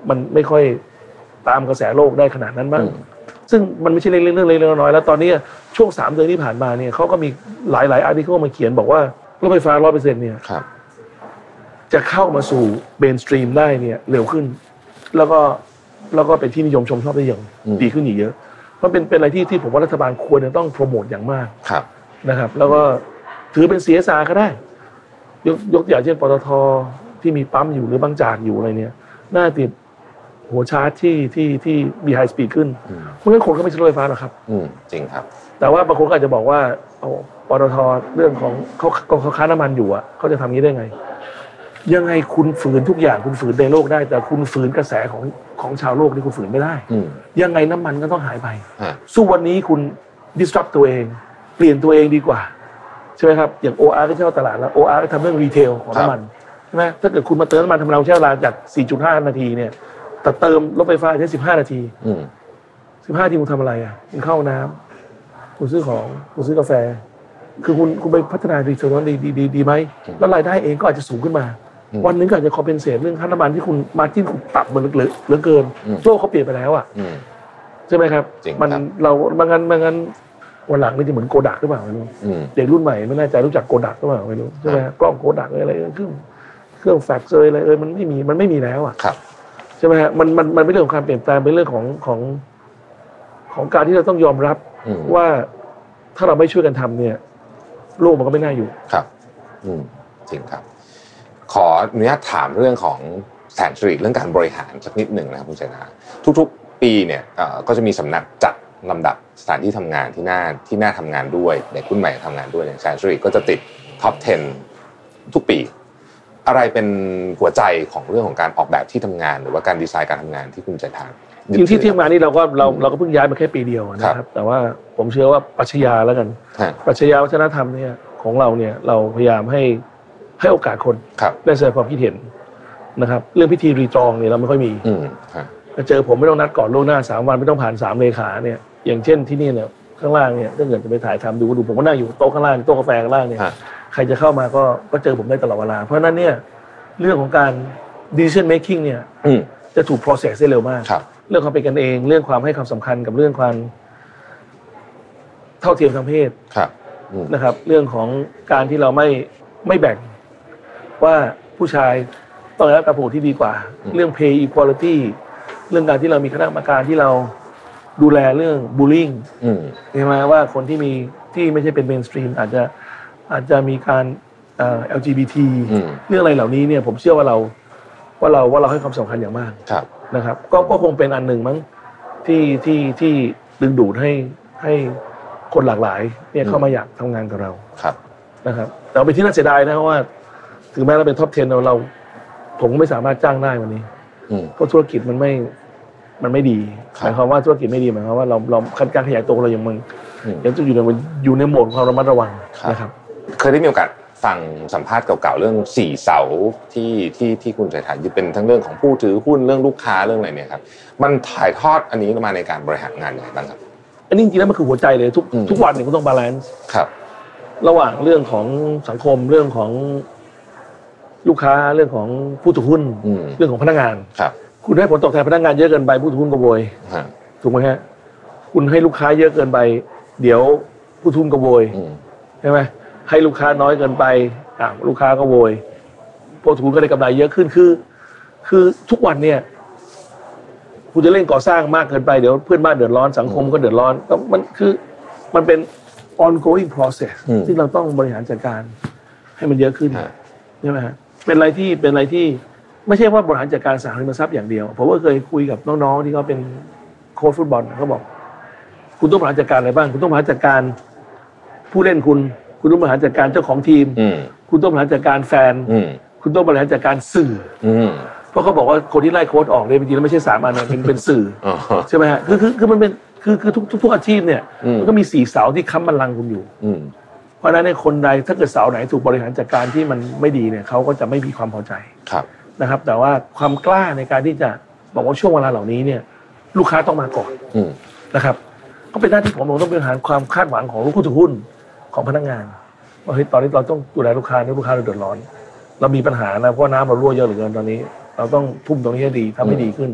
D: มันไม่ค่อยตามกระแสโลกได้ขนาดนั้นบ้าง
C: อืม
D: ซึ่งมันไม่ใช่เรื่องเรื่องเล็กๆน้อยๆแล้วตอนนี้ช่วง 3 เดือนที่ผ่านมาเนี่ยเขาก็มีหลายๆอาร์ติเคิลมาเขียนบอกว่ารถไฟฟ้า 100%เนี่ย
C: ครับ
D: จะเข้ามาสู่เบนสตรีมได้เนี่ยเร็วขึ้น แล้วก็แล้วก็เป็นที่นิยมชมชอบได้อย่าง
C: อืม
D: ดีขึ้นอีกเยอะมันเป็นเป็นอะไรที่ที่ผมว่ารัฐบาลควรจะต้องโปรโมทอย่างมาก
C: ครับ
D: นะครับ แล้วก็ถือเป็น CSR ก็ได้ ยกยกตัวอย่างเช่นปตทที่มีปั๊มอยู่หรือบางจากอยู่อะไรเนี่ยน่าติดหัวชาร์จที่ที่ที่มีไฮสปีดขึ้น
C: อืม
D: เมื่อกี้นคนก็ไม่ใช่รถไฟฟ้าหรอกครับ
C: อืม จริงครับ
D: แต่ว่าบางคนก็อาจจะบอกว่าโอ้ปตทเรื่องของเขาเขาเขาค้าน้ำมันอยู่อ่ะเขาจะทำนี้ได้ไง ยังไงคุณฝืนทุกอย่างคุณฝืนในโลกได้ แต่คุณฝืนกระแสของของชาวโลกนี่คุณฝืนไม่ได้
C: อืม
D: ยังไงน้ำมันก็ต้องหายไป
C: ฮะ
D: สู้วันนี้คุณ disrupt ตัวเอง เปลี่ยนตัวเองดีกว่า ใช่ไหมครับ อย่าง OR ก็เช่าตลาดแล้ว OR ก็ทำเรื่องรีเทลของ
C: ครับ
D: น้ำมันใช่ไหมถ้าเกิดคุณมาเติมน้ำมันทำเราใช้เวลาจาก 4.5 นาทีเนี่ยแต่เติมรถไฟฟ้าใช้ 15 นาที
C: อืม
D: สิบห้าทีคุณทำอะไรอ่ะคุณเข้าน้ำคุณซื้อของคุณซื้อกาแฟ คือคุณคุณไปพัฒนาดีเซลนั้นดีดีดีดีไหมแล้วรายได้เองก็อาจจะสูงขึ้นมา
C: อืม
D: วันหนึงก็อาจจะคอมเพนเซตเรื่องค่าน้ำมันที่คุณมาจิ้นคุณตับมันเหลือเหลือเกิน
C: อืม
D: โลกเขาเปลี่ยนไปแล้วอ่ะ
C: อืม
D: ใช่ไหมครับ
C: จริง
D: มัน
C: ครับ
D: เราบางงั้นบางงั้นวันหลังนี่จะเหมือนโกดักหรือเปล่าไม่รู้
C: อืม
D: เด็กรุ่นใหม่ไม่แน่ใจรู้จักโกดักหรือเปล่าไม่รู้ใช่ไหมฮะกล้องโกดักเอ่ยอะไรเอ่ยเครื่องเครื่องแฟกซ์เอ่ยอะไรเอ่ยมันไม่มีมันไม่มีแล้วอ่ะ
C: ครับ
D: ใช่ไหมฮะมันมันมันเป็นเรื่องของการเปลี่ยนแปลงเป็นเรื่องของของของการที่เราต้องยอมรับ
C: อืม
D: ว่าถ้าเราไม่ช่วยกันทำเนี่ย โลกมันก็ไม่น่าอยู่
C: ครับ อืมจริงครับ ขออนุญาตถามเรื่องของแสนสิริเรื่องการบริหารสักนิดหนึ่งนะครับคุณเสนาทุกๆ ปีเนี่ยเอ่อก็จะมีสำนักจัดลำดับสถานที่ทำงานที่น่าที่น่าทำงานด้วยเด็กรุ่นใหม่ทำงานด้วยอย่างแสนสิริก็จะติดท็อป 10 ทุกปี อะไรเป็นหัวใจของเรื่องของการออกแบบที่ทำงาน หรือว่าการดีไซน์การทำงานที่คุณเสนา
D: จ
C: ยึด
D: ริงๆที่
C: ถื
D: ที่
C: อ
D: ทำงานนี้เราก็เรา
C: อืม
D: เราก็เพิ่งย้ายมาแค่ปีเดียวนะค
C: ครั
D: รับ
C: บ
D: แต่ว่าผมเชื่อว่าปรัชญาแล้วกัน
C: ฮะ
D: ปรัชญาวัฒนธรรมเนี่ยของเราเนี่ยเราพยายามให้ให้โอกาสคน
C: ครับ
D: ได้แสดงความคิดเห็นนะครับ เรื่องพิธีรีตรองเนี่ยเราไม่ค่อยมี
C: อืมฮะ
D: ถ้าเจอผมไม่ต้องนัดก่อนล่วงหน้าสามวันไม่ต้องผ่านสามเลขาเนี่ยอย่างเช่นที่นี่เนี่ยข้างล่างเนี่ยถ้าเกิดจะไปถ่ายทำดูก็ดูผมก็นั่งอยู่โต๊ะข้างล่างโต๊ะกาแฟข้างล่างเนี่ย
C: ฮะ
D: ใครจะเข้ามาก็ก็เจอผมได้ตลอดเวลา เพราะฉะนั้นเนี่ยเรื่องของการ decision making เนี่ย
C: อืม
D: จะถูก process ได้เร็วมาก
C: ครับ
D: เรื่องความเป็นกันเอง เรื่องความให้ความสำคัญกับเรื่องความเท่าเทียมทางเพศ
C: ครับอืม
D: นะครับ เรื่องของการที่เราไม่ไม่แบ่งว่าผู้ชายต้องได้รับการผูกที่ดีกว่า เรื่อง pay equality เรื่องการที่เรามีคณะกรรมการที่เราดูแลเรื่อง bullying
C: อืม
D: ใช่ไหมว่าคนที่มีที่ไม่ใช่เป็น mainstream อาจจะอาจจะมีการเอ่อ LGBT
C: อืม
D: เรื่องอะไรเหล่านี้เนี่ยผมเชื่อว่าเราว่าเราว่าเราให้ความสำคัญอย่างมาก
C: ครับ
D: นะครับก็ก็คงเป็นอันหนึ่งมั้งที่ที่ที่ดึงดูดให้ให้คนหลากหลายเนี่ยเข้ามาอยากทำงานกับเรา
C: ครับ
D: นะครับแต่เอาเป็นที่น่าเสียดายนะเพราะว่า ถึงแม้เราเป็นท็อป 10 เราเรา ผมก็ไม่สามารถจ้างได้วันนี้
C: อืม
D: เพราะธุรกิจมันไม่มันไม่ดี
C: ค
D: ห
C: รับ
D: มายความว่าธุรกิจไม่ดีหมายความว่าเราเราการขยายตัวของเรายังมึง
C: อืม
D: ยังต้องอยู่ในอยู่ในโหมดความระมัดระวัง
C: ครับ
D: นะครับ
C: เคยได้มีโอกาสฟังสัมภาษณ์เก่าๆเรื่องสี่เสาที่ที่ที่คุณเศรษฐายึดเป็นทั้งเรื่องของผู้ถือหุ้นเรื่องลูกค้าเรื่องอะไรเนี่ยครับมันถ่ายทอดอันนี้มาในการบริหารงานยังไงบ้างครับ
D: อันนี้จริงๆแล้วมันคือหัวใจเลยทุก
C: อืม
D: ทุกวันเนี่ยคุณต้องบาลานซ์
C: ครับ
D: ระหว่างเรื่องของสังคมเรื่องของลูกค้าเรื่องของผู้ถือหุ้น
C: อืม
D: เรื่องของพนักงาน
C: ครับ
D: คุณให้ผลตอบแทนพนักงานเยอะเกินไปผู้ถือหุ้นก็โวย
C: ฮะ
D: ถูกไหมฮะคุณให้ลูกค้าเยอะเกินไป เดี๋ยวผู้ทุนก็โวย
C: อืม
D: ใช่ไหมให้ลูกค้าน้อยเกินไปอ่ะลูกค้าก็โวยผู้ถือหุ้นก็ได้กำไรเยอะขึ้นคือ คือทุกวันเนี่ยคุณจะเล่นก่อสร้างมากเกินไปเดี๋ยวเพื่อนบ้านเดือดร้อนสังคมก็เดือดร้อนก็มันคือมันเป็น ongoing process ที่เราต้องบริหารจัดการให้มันเยอะขึ้น
C: ฮะ
D: ใช่ไหมฮะเป็นอะไรที่เป็นอะไรที่ไม่ใช่ว่าบริหารจัดการสาริมทรัพย์อย่างเดียว ผมก็เคยคุยกับน้องๆที่เขาเป็นโค้ชฟุตบอลเขาบอก คุณต้องบริหารจัดการอะไรบ้าง คุณต้องบริหารจัดการผู้เล่นคุณ คุณต้องบริหารจัดการเจ้าของทีม
C: อืม
D: คุณต้องบริหารจัดการแฟน
C: อืม
D: คุณต้องบริหารจัดการสื่อ
C: อืม
D: เพราะเขาบอกว่าคนที่ไล่โค้ชออกเนี่ยจริงๆแล้วไม่ใช่สามอันนะเป็นเป็นสื่อ
C: อ๋อ
D: ใช่ไหมฮะคือคือคือมันเป็นคือคือทุกทุกทุกอาชีพเนี่ย
C: อืม
D: มันก็มีสีเสาที่ค้ำบันลังคุณอยู่
C: อืม
D: เพราะฉะนั้นในยคนใดถ้าเกิดเสาไหนถูกบริหารจัดการที่มันไม่ดีเนี่ยเขาก็จะไม่มีความพอใจ
C: ครับ
D: นะครับแต่ว่าความกล้าในการที่จะบอกว่าช่วงเวลาเหล่านี้เนี่ยลูกค้าต้องมาก่อน
C: อืม
D: นะครับก็เป็นหน้าที่ของผมต้องบริหารความคาดหวังของลูกผู้ถือหุ้นของพนักงานว่าเฮ้ยตอนนี้เราต้องดูแลลูกค้านะลูกค้าเราเดือดร้อน เรามีปัญหานะเพราะน้ำเรารั่วเยอะเหลือเกินตอนนี้ เราต้องทุ่มตรงนี้ให้ดีทำให้ดีขึ้น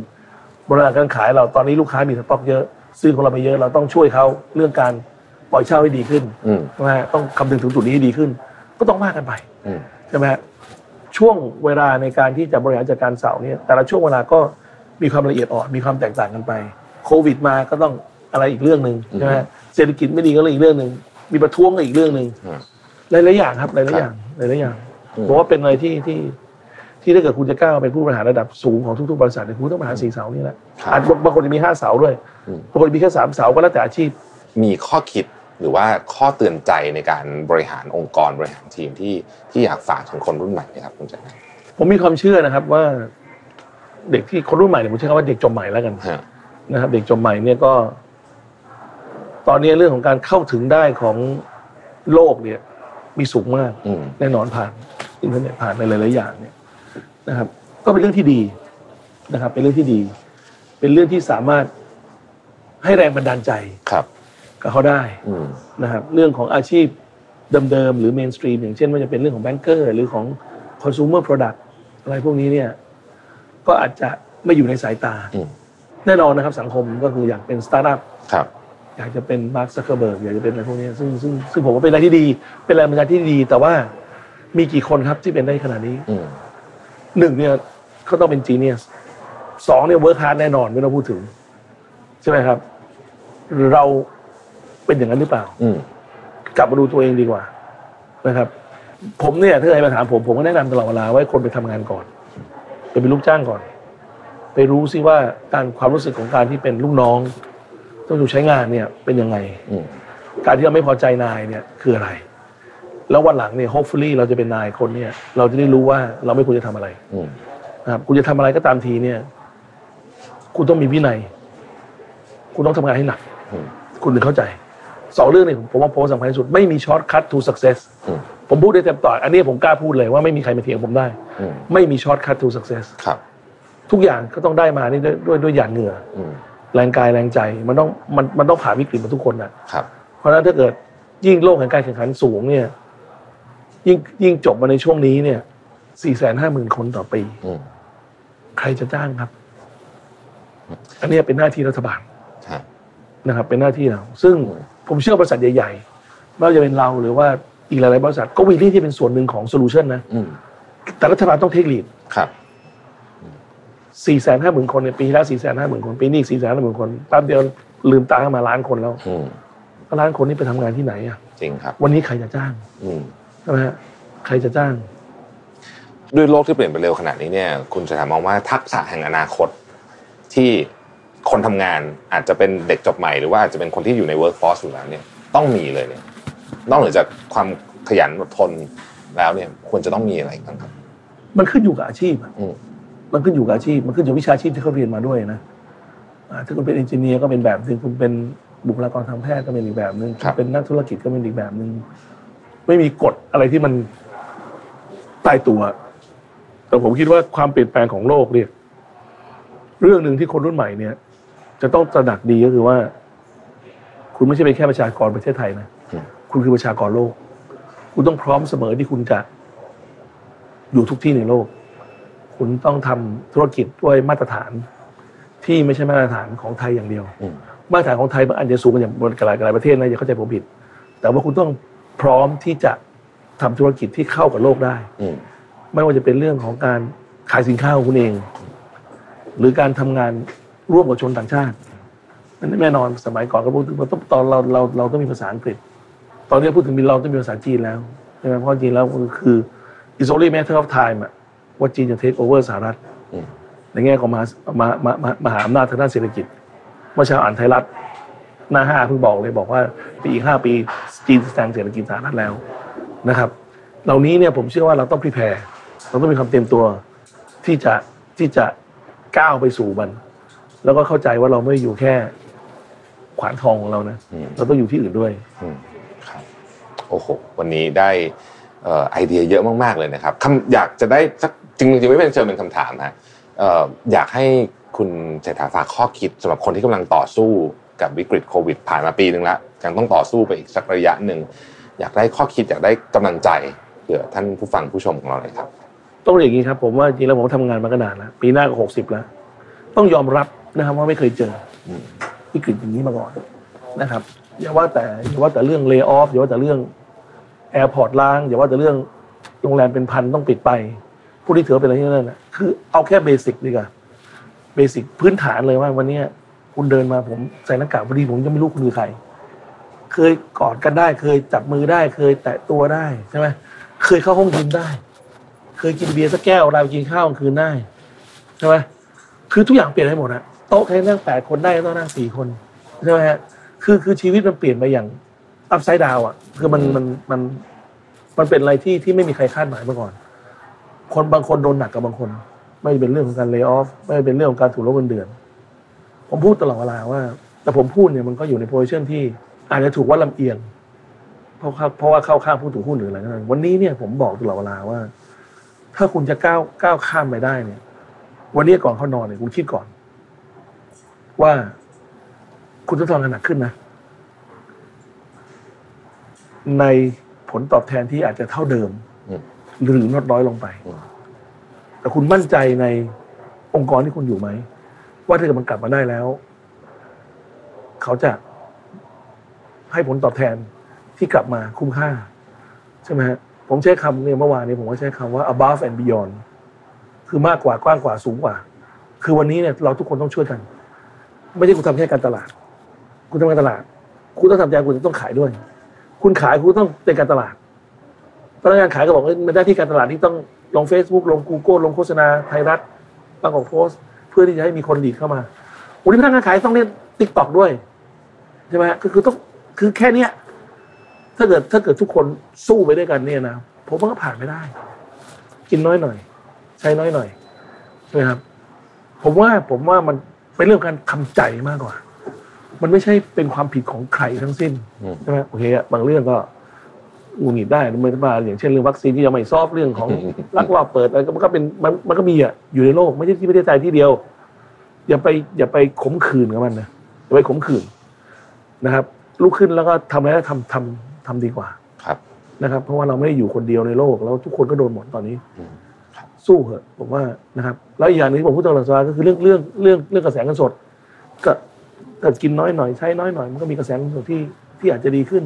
D: บริหารการขายเราตอนนี้ลูกค้ามีสต็อกเยอะ ซื้อของเราไปเยอะเราต้องช่วยเขาเรื่องการปล่อยเช่าให้ดีขึ้น
C: อืม
D: นะฮะต้องคำนึงถึงจุดนี้ให้ดีขึ้น ก็ต้องว่ากันไป
C: อืม
D: ใช่ไหมฮะช่วงเวลาในการที่จะบริหารจัดการเสาเนี่ยแต่ละช่วงเวลาก็มีความละเอียดอ่อนมีความแตกต่างกันไปโควิดมาก็ต้องอะไรอีกเรื่องหนึ่งใช่ไหมฮะเศรษฐกิจไม่ดีก็เลยอีกเรื่องหนึ่งมีประท้วงก็อีกเรื่องหนึ่ง
C: ฮะ
D: หลายๆอย่างครับหลายๆอย่างหลายๆอย่าง
C: อืม
D: ผมว่าเป็นอะไรที่ที่ที่ถ้าเกิดคุณจะก้าวเป็นผู้บริหารระดับสูงของทุกๆบริษัทเนี่ยคุณต้องบริหารสี่เสานี่แหละ
C: ครั
D: อา
C: บ
D: จบางคนจะมีห้าเสาด้วย
C: อืม
D: บางคนมีแค่สามเสาก็แล้วแต่อาชีพ
C: มีข้อคิดหรือว่าข้อเตือนใจในการบริหารองค์กรบริหารทีมที่ที่อยากฝากถึงคนรุ่นใหม่นะครับคุณเศรษฐา
D: ผมมีความเชื่อนะครับว่า เด็กที่คนรุ่นใหม่เนี่ยผมใช้คำว่าเด็กจบใหม่แล้วกัน
C: ฮะ
D: นะครับเด็กจบใหม่เนี่ยก็ ตอนนี้เรื่องของการเข้าถึงได้ของโลกเนี่ย มีสูงมาก
C: อืม
D: แน่นอนผ่านอินเทอร์เน็ตผ่านในหลายๆอย่างเนี่ยนะครับ ก็เป็นเรื่องที่ดีนะครับ เป็นเรื่องที่ดี เป็นเรื่องที่สามารถให้แรงบันดาลใจ
C: ครับ
D: กับเขาได้
C: อืม
D: นะครับ เรื่องของอาชีพเดิมๆหรือเมนสตรีมอย่างเช่นว่าจะเป็นเรื่องของแบงเกอร์หรือของ consumer product อะไรพวกนี้เนี่ย ก็อาจจะไม่อยู่ในสายตา
C: อืม
D: แน่นอนนะครับสังคมก็คืออยากเป็นสตาร์ทอัพ
C: ครับ
D: อยากจะเป็นมาร์คซักเคอร์เบิร์กอยากจะเป็นอะไรพวกนี้ซึ่งซึ่งซึ่งผมว่าเป็นอะไรที่ดี เป็นแรงบันดาลใจที่ดี แต่ว่ามีกี่คนครับที่เป็นได้ขนาดนี้
C: อืม
D: หนึ่งเนี่ยเขาต้องเป็นจีเนียสสองเนี่ยเวิร์คฮาร์ดแน่นอนไม่ต้องพูดถึง ใช่ไหมครับ เราเป็นอย่างนั้นหรือเปล่า
C: อืม
D: กลับมาดูตัวเองดีกว่านะครับ ผมเนี่ยถ้าใครมาถามผมผมก็แนะนำตลอดเวลาว่าให้คนไปทำงานก่อนไปเป็นลูกจ้างก่อน ไปรู้สิว่าการความรู้สึกของการที่เป็นลูกน้อง ต้องอยู่ใช้งานเนี่ยเป็นยังไง
C: อืม
D: การที่เราไม่พอใจนายเนี่ยคืออะไร แล้ววันหลังเนี่ย hopefully เราจะเป็นนายคนเนี่ย เราจะได้รู้ว่าเราไม่ควรจะทำอะไร
C: อืม
D: นะครับคุณจะทำอะไรก็ตามทีเนี่ย คุณต้องมีวินัย คุณต้องทำงานให้หนัก
C: อืม
D: คุณถึงเข้าใจสองเรื่องนี้ผมว่าโพสต์สำคัญที่สุด ไม่มีช็อตคัท to success
C: อืม
D: ผมพูดได้เต็มปากอันนี้ผมกล้าพูดเลยว่าไม่มีใครมาเถียงผมได้
C: อืม
D: ไม่มีช็อตคัท to success
C: ครับ
D: ทุกอย่างก็ต้องได้มานี่ด้วยด้วยด้วยหยาดเหงื่อ
C: อืม
D: แรงกายแรงใจมันต้องมันมันต้องผ่านวิกฤตมาทุกคนนะ
C: ครับ
D: เพราะฉะนั้นถ้าเกิดยิ่งโลกแห่งการแข่งขันสูงเนี่ยยิ่งยิ่งจบมาในช่วงนี้เนี่ย 450,000 คนต่อปี
C: อืม
D: ใครจะจ้างครับ อันเนี้ยเป็นหน้าที่รัฐบาล
C: ใช่
D: นะครับ เป็นหน้าที่เราซึ่งผมเชื่อบริษัทใหญ่ๆไม่ว่าจะเป็นเราหรือว่าอีกหลายๆบริษัท ก็วีลี่ที่เป็นส่วนหนึ่งของโซลูชันนะ
C: อืม
D: แต่รัฐบาลต้องเทคลีด
C: ครับ
D: 450,000 คนเนี่ยปีที่แล้ว450,000 คน ปีนี้อีก450,000 คนแป๊บเดียวลืมตาขึ้นมาล้านคนแล้ว
C: อืม
D: แล้วล้านคนนี่ไปทำงานที่ไหนอะ
C: จริงครับ
D: วันนี้ใครจะจ้าง
C: อืม
D: ใช่ไหมฮะใครจะจ้าง
C: ด้วยโลกที่เปลี่ยนไปเร็วขนาดนี้เนี่ย คุณจะถามมองว่าทักษะแห่งอนาคตที่คนทำงานอาจจะเป็นเด็กจบใหม่หรือว่าอาจจะเป็นคนที่อยู่ในเวิร์กฟอร์สอยู่แล้วเนี่ยต้องมีเลยเนี่ยนอกเหนือจากความขยันอดทนแล้วเนี่ย ควรจะต้องมีอะไรบ้างครับ
D: มันขึ้นอยู่กับอาชีพอะ
C: อืม
D: มันขึ้นอยู่กับอาชีพ มันขึ้นอยู่กับวิชาชีพที่เขาเรียนมาด้วยนะอ่าถ้าคุณเป็นเอนจิเนียร์ก็เป็นแบบหนึ่งคุณเป็นบุคลากรทางแพทย์ก็เป็นอีกแบบหนึ่ง
C: ครับ
D: ณเป็นนักธุรกิจก็เป็นอีกแบบหนึ่งไม่มีกฎอะไรที่มันตายตัว แต่ผมคิดว่าความเปลี่ยนแปลงของโลกเนี่ย เรื่องหนึ่งที่คนรุ่นใหม่เนี่ย จะต้องตระหนักดีก็คือว่า คุณไม่ใช่เป็นแค่ประชากรประเทศไทยนะ คุณคือประชากรโลก คุณต้องพร้อมเสมอที่คุณจะ อยู่ทุกที่ในโลก คุณต้องทำธุรกิจด้วยมาตรฐาน ที่ไม่ใช่มาตรฐานของไทยอย่างเดียว
C: อืม
D: มาตรฐานของไทยมันอาจจะสูงกว่าอย่างบนหลายหลายประเทศนะอย่าเข้าใจผมผิด แต่ว่าคุณต้องพร้อมที่จะทำธุรกิจที่เข้ากับโลกได้
C: อืม
D: ไม่ว่าจะเป็นเรื่องของการขายสินค้าของคุณเอง หรือการทำงานร่วมกับชนต่างชาตินั่นแน่นอนสมัยก่อนก็พูดถึงว่าต้องตอนเราเราเราต้องมีภาษาอังกฤษ ตอนนี้พูดถึงเราต้องมีภาษาจีนแล้วใช่ไหมเพราะจีนแล้วก็คือ it's only matter of time อะว่าจีนจะ take over สหรัฐ
C: อืม
D: ในแง่ของมหามามามามาหาอำนาจทางด้านเศรษฐกิจเมื่อเช้าอ่านไทยรัฐหน้าห้าเพิ่งบอกเลยบอกว่าปีอีกห้าปีจีนจะแซงเศรษฐกิจสหรัฐแล้วนะครับ เหล่านี้เนี่ยผมเชื่อว่าเราต้องพรีแพร์เราต้องมีความเตรียมตัวที่จะที่จะก้าวไปสู่มัน แล้วก็เข้าใจว่าเราไม่ได้อยู่แค่ขวานทองของเรานะ
C: อืม
D: เราต้องอยู่ที่อื่นด้วย
C: อืมครับโอ้โหวันนี้ได้เอ่อไอเดียเยอะมากๆเลยนะครับคำอยากจะได้สักจริงๆจริงๆไม่เป็นเชิงเป็นคำถามฮะเอ่ออยากให้คุณเศรษฐาฝากข้อคิดสำหรับคนที่กำลังต่อสู้กับวิกฤตโควิด ผ่านมาปีหนึ่งละยังต้องต่อสู้ไปอีกสักระยะหนึ่งอยากได้ข้อคิดอยากได้กำลังใจเผื่อท่านผู้ฟังผู้ชมของเราเลยครับ
D: ต้องเรียนอย่างนี้ครับผมว่าจริงๆแล้วผมทำงานมาก็นานแล้วปีหน้าก็หกสิบแล้ว ต้องยอมรับนะครับว่าไม่เคยเจออ
C: ม
D: วิกฤตอย่างนี้มาก่อนนะครับ อย่าว่าแต่อย่าว่าแต่เรื่องเล y o ออฟอย่าว่าแต่เรื่องแอร์พอร์ตล้าง อย่าว่าแต่เรื่องโรงแรมเป็นพันต้องปิดไป ผู้ที่ถือว่าเป็นอะไรที่นั่นนะคือเอาแค่เบสิกดีกว่าเบสิกพื้นฐานเลยว่าวันเนี้ยคุณเดินมาผมใส่หน้ากากพอดีผมยังไม่รู้คุณคือใคร เคยกอดกันได้ เคยจับมือได้ เคยแตะตัวได้ใช่ไหมเคยเข้าห้องยิมได้ เคยกินเบียร์สักแก้วเรากินข้าวกลางคืนได้ใช่ไหมคือทุกอย่างเปลี่ยนไปหมดอะโต๊ะใครนั่งแปดคนได้ก็ต้องนั่งสี่คนใช่ไหมฮะคือคือชีวิตมันเปลี่ยนไปอย่างอัพไซด์ดาวอะคือมันมันมันมันเป็นอะไรที่ที่ไม่มีใครคาดหมายมาก่อน คนบางคนโดนหนักกับบางคน ไม่ว่าจะเป็นเรื่องของการเลิกออฟไม่ว่าจะเป็นเรื่องของการถูกลดเงินเดือน ผมพูดตลอดเวลาว่า แต่ผมพูดเนี่ยมันก็อยู่ในโพสชั่นที่อาจจะถูกว่าลำเอียง เพราะเข้าเพราะว่าเข้าข้างผู้ถือหุ้นหรืออะไรก็ตามวันนี้เนี่ยผมบอกตลอดเวลาว่า ถ้าคุณจะก้าวก้าวข้ามไปได้เนี่ย วันนี้ก่อนเข้านอนเนี่ยคุณคิดก่อน ว่า คุณต้องทำงานหนักขึ้นนะ ในผลตอบแทนที่อาจจะเท่าเดิม
C: อืม
D: หรือลดน้อยลงไป
C: อืม
D: แต่คุณมั่นใจในองค์กรที่คุณอยู่ไหม ว่าถ้าเกิดมันกลับมาได้แล้ว เขาจะให้ผลตอบแทนที่กลับมาคุ้มค่า ใช่ไหมฮะผมใช้คำเนี่ยเมื่อวานนี้ผมก็ใช้คำว่า above and beyond คือมากกว่ากว้างกว่าสูงกว่า คือวันนี้เนี่ยเราทุกคนต้องช่วยกัน ไม่ใช่คุณทำแค่การตลาด คุณทำการตลาด คุณต้องทำใจคุณต้องขายด้วย คุณขายคุณต้องเป็นการตลาดพนักงานขายก็บอกว่ามันได้ที่การตลาดที่ต้องลง Facebook ลง Google ลงโฆษณาไทยรัฐบางกอกโพสต์ เพื่อที่จะให้มีคนดีดเข้ามาวันนี้พนักงานขายต้องเล่นติ๊กต็อกด้วยใช่ไหมฮะก็คือต้องคือแค่เนี้ย ถ้าเกิดถ้าเกิดทุกคนสู้ไปด้วยกันเนี่ยนะผมว่าก็ผ่านไม่ได้ กินน้อยหน่อย ใช้น้อยหน่อยใช่ไหมครับ ผมว่าผมว่ามันเป็นเรื่องการทำใจมากกว่า มันไม่ใช่เป็นความผิดของใครทั้งสิ้น
C: อืม
D: ใช่ไหมโอเคอะบางเรื่องก็หงุดหงิดได้มันก็มาอย่างเช่นเรื่องวัคซีนที่ยังไม่ซอฟเรื่อง ของ
C: อืม
D: ลักลอบเปิดอะไรก็มันก็เป็นมันมันก็มีอะอยู่ในโลกไม่ใช่ที่ประเทศไทยที่เดียว อย่าไปอย่าไปขมขื่นกับมันนะอย่าไปขมขื่นนะครับลุกขึ้นแล้วก็ทำอะไรแล้วทำทำทำดีกว่า
C: ครับ
D: นะครับเพราะว่าเราไม่ได้อยู่คนเดียวในโลก แล้วทุกคนก็โดนหมดตอนนี้
C: อืมครับ
D: สู้เหอะผมว่านะครับ แล้วอีกอย่างหนึงที่ผมพูดตลอดเวลาก็คือเรื่องเรื่องเรื่องเรื่องกระแสเงินสดก็ถ้ากินน้อยหน่อยใช้น้อยหน่อยมันก็มีกระแสเงินสดที่ที่อาจจะดีขึ้น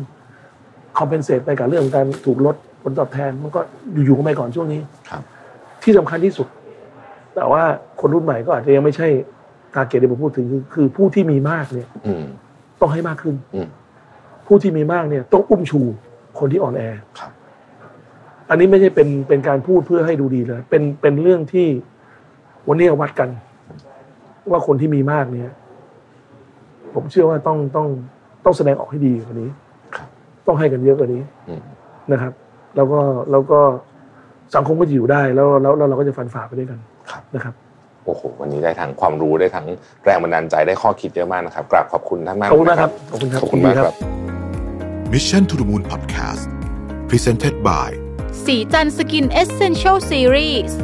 D: คอมเพนเซตไปกับเรื่องของการถูกลดผลตอบแทน มันก็อยู่ๆกันไปก่อนช่วงนี้
C: ครับ
D: ที่สำคัญที่สุด แต่ว่าคนรุ่นใหม่ก็อาจจะยังไม่ใช่ทาเกตที่ผมพูดถึงคือคือผู้ที่มีมากเนี่ย
C: อืม
D: ต้องให้มากขึ้น
C: อืม
D: ผู้ที่มีมากเนี่ยต้องอุ้มชูคนที่อ่อนแอ
C: ครับ
D: อันนี้ไม่ใช่เป็นเป็นการพูดเพื่อให้ดูดีเลย เป็นเป็นเรื่องที่วันนี้วัดกัน ว่าคนที่มีมากเนี่ย ผมเชื่อว่าต้องต้องต้องแสดงออกให้ดีกว่านี้ ต้องให้กันเยอะกว่านี้
C: อืม
D: นะครับ แล้วก็แล้วก็สังคมก็จะอยู่ได้แล้วแล้วแล้วเราก็จะฟันฝ่าไปด้วยกัน
C: ครับ
D: นะครับ
C: โอ้โห วันนี้ได้ทั้งความรู้ได้ทั้งแรงบันดาลใจได้ข้อคิดเยอะมากนะครับกราบขอบคุณท่านมาก
D: ขอบคุณมาก
C: นะครับ
D: ขอบคุณครับ
C: ขอบคุณมาก
D: ยิน
C: ค
D: ดีครั
C: รับ
D: บ
A: มิชชั่นทุ h มูลพอดแคสต์พรีเซนต์ by
B: สีจันสกินเอเซนเช a ลซีรีส์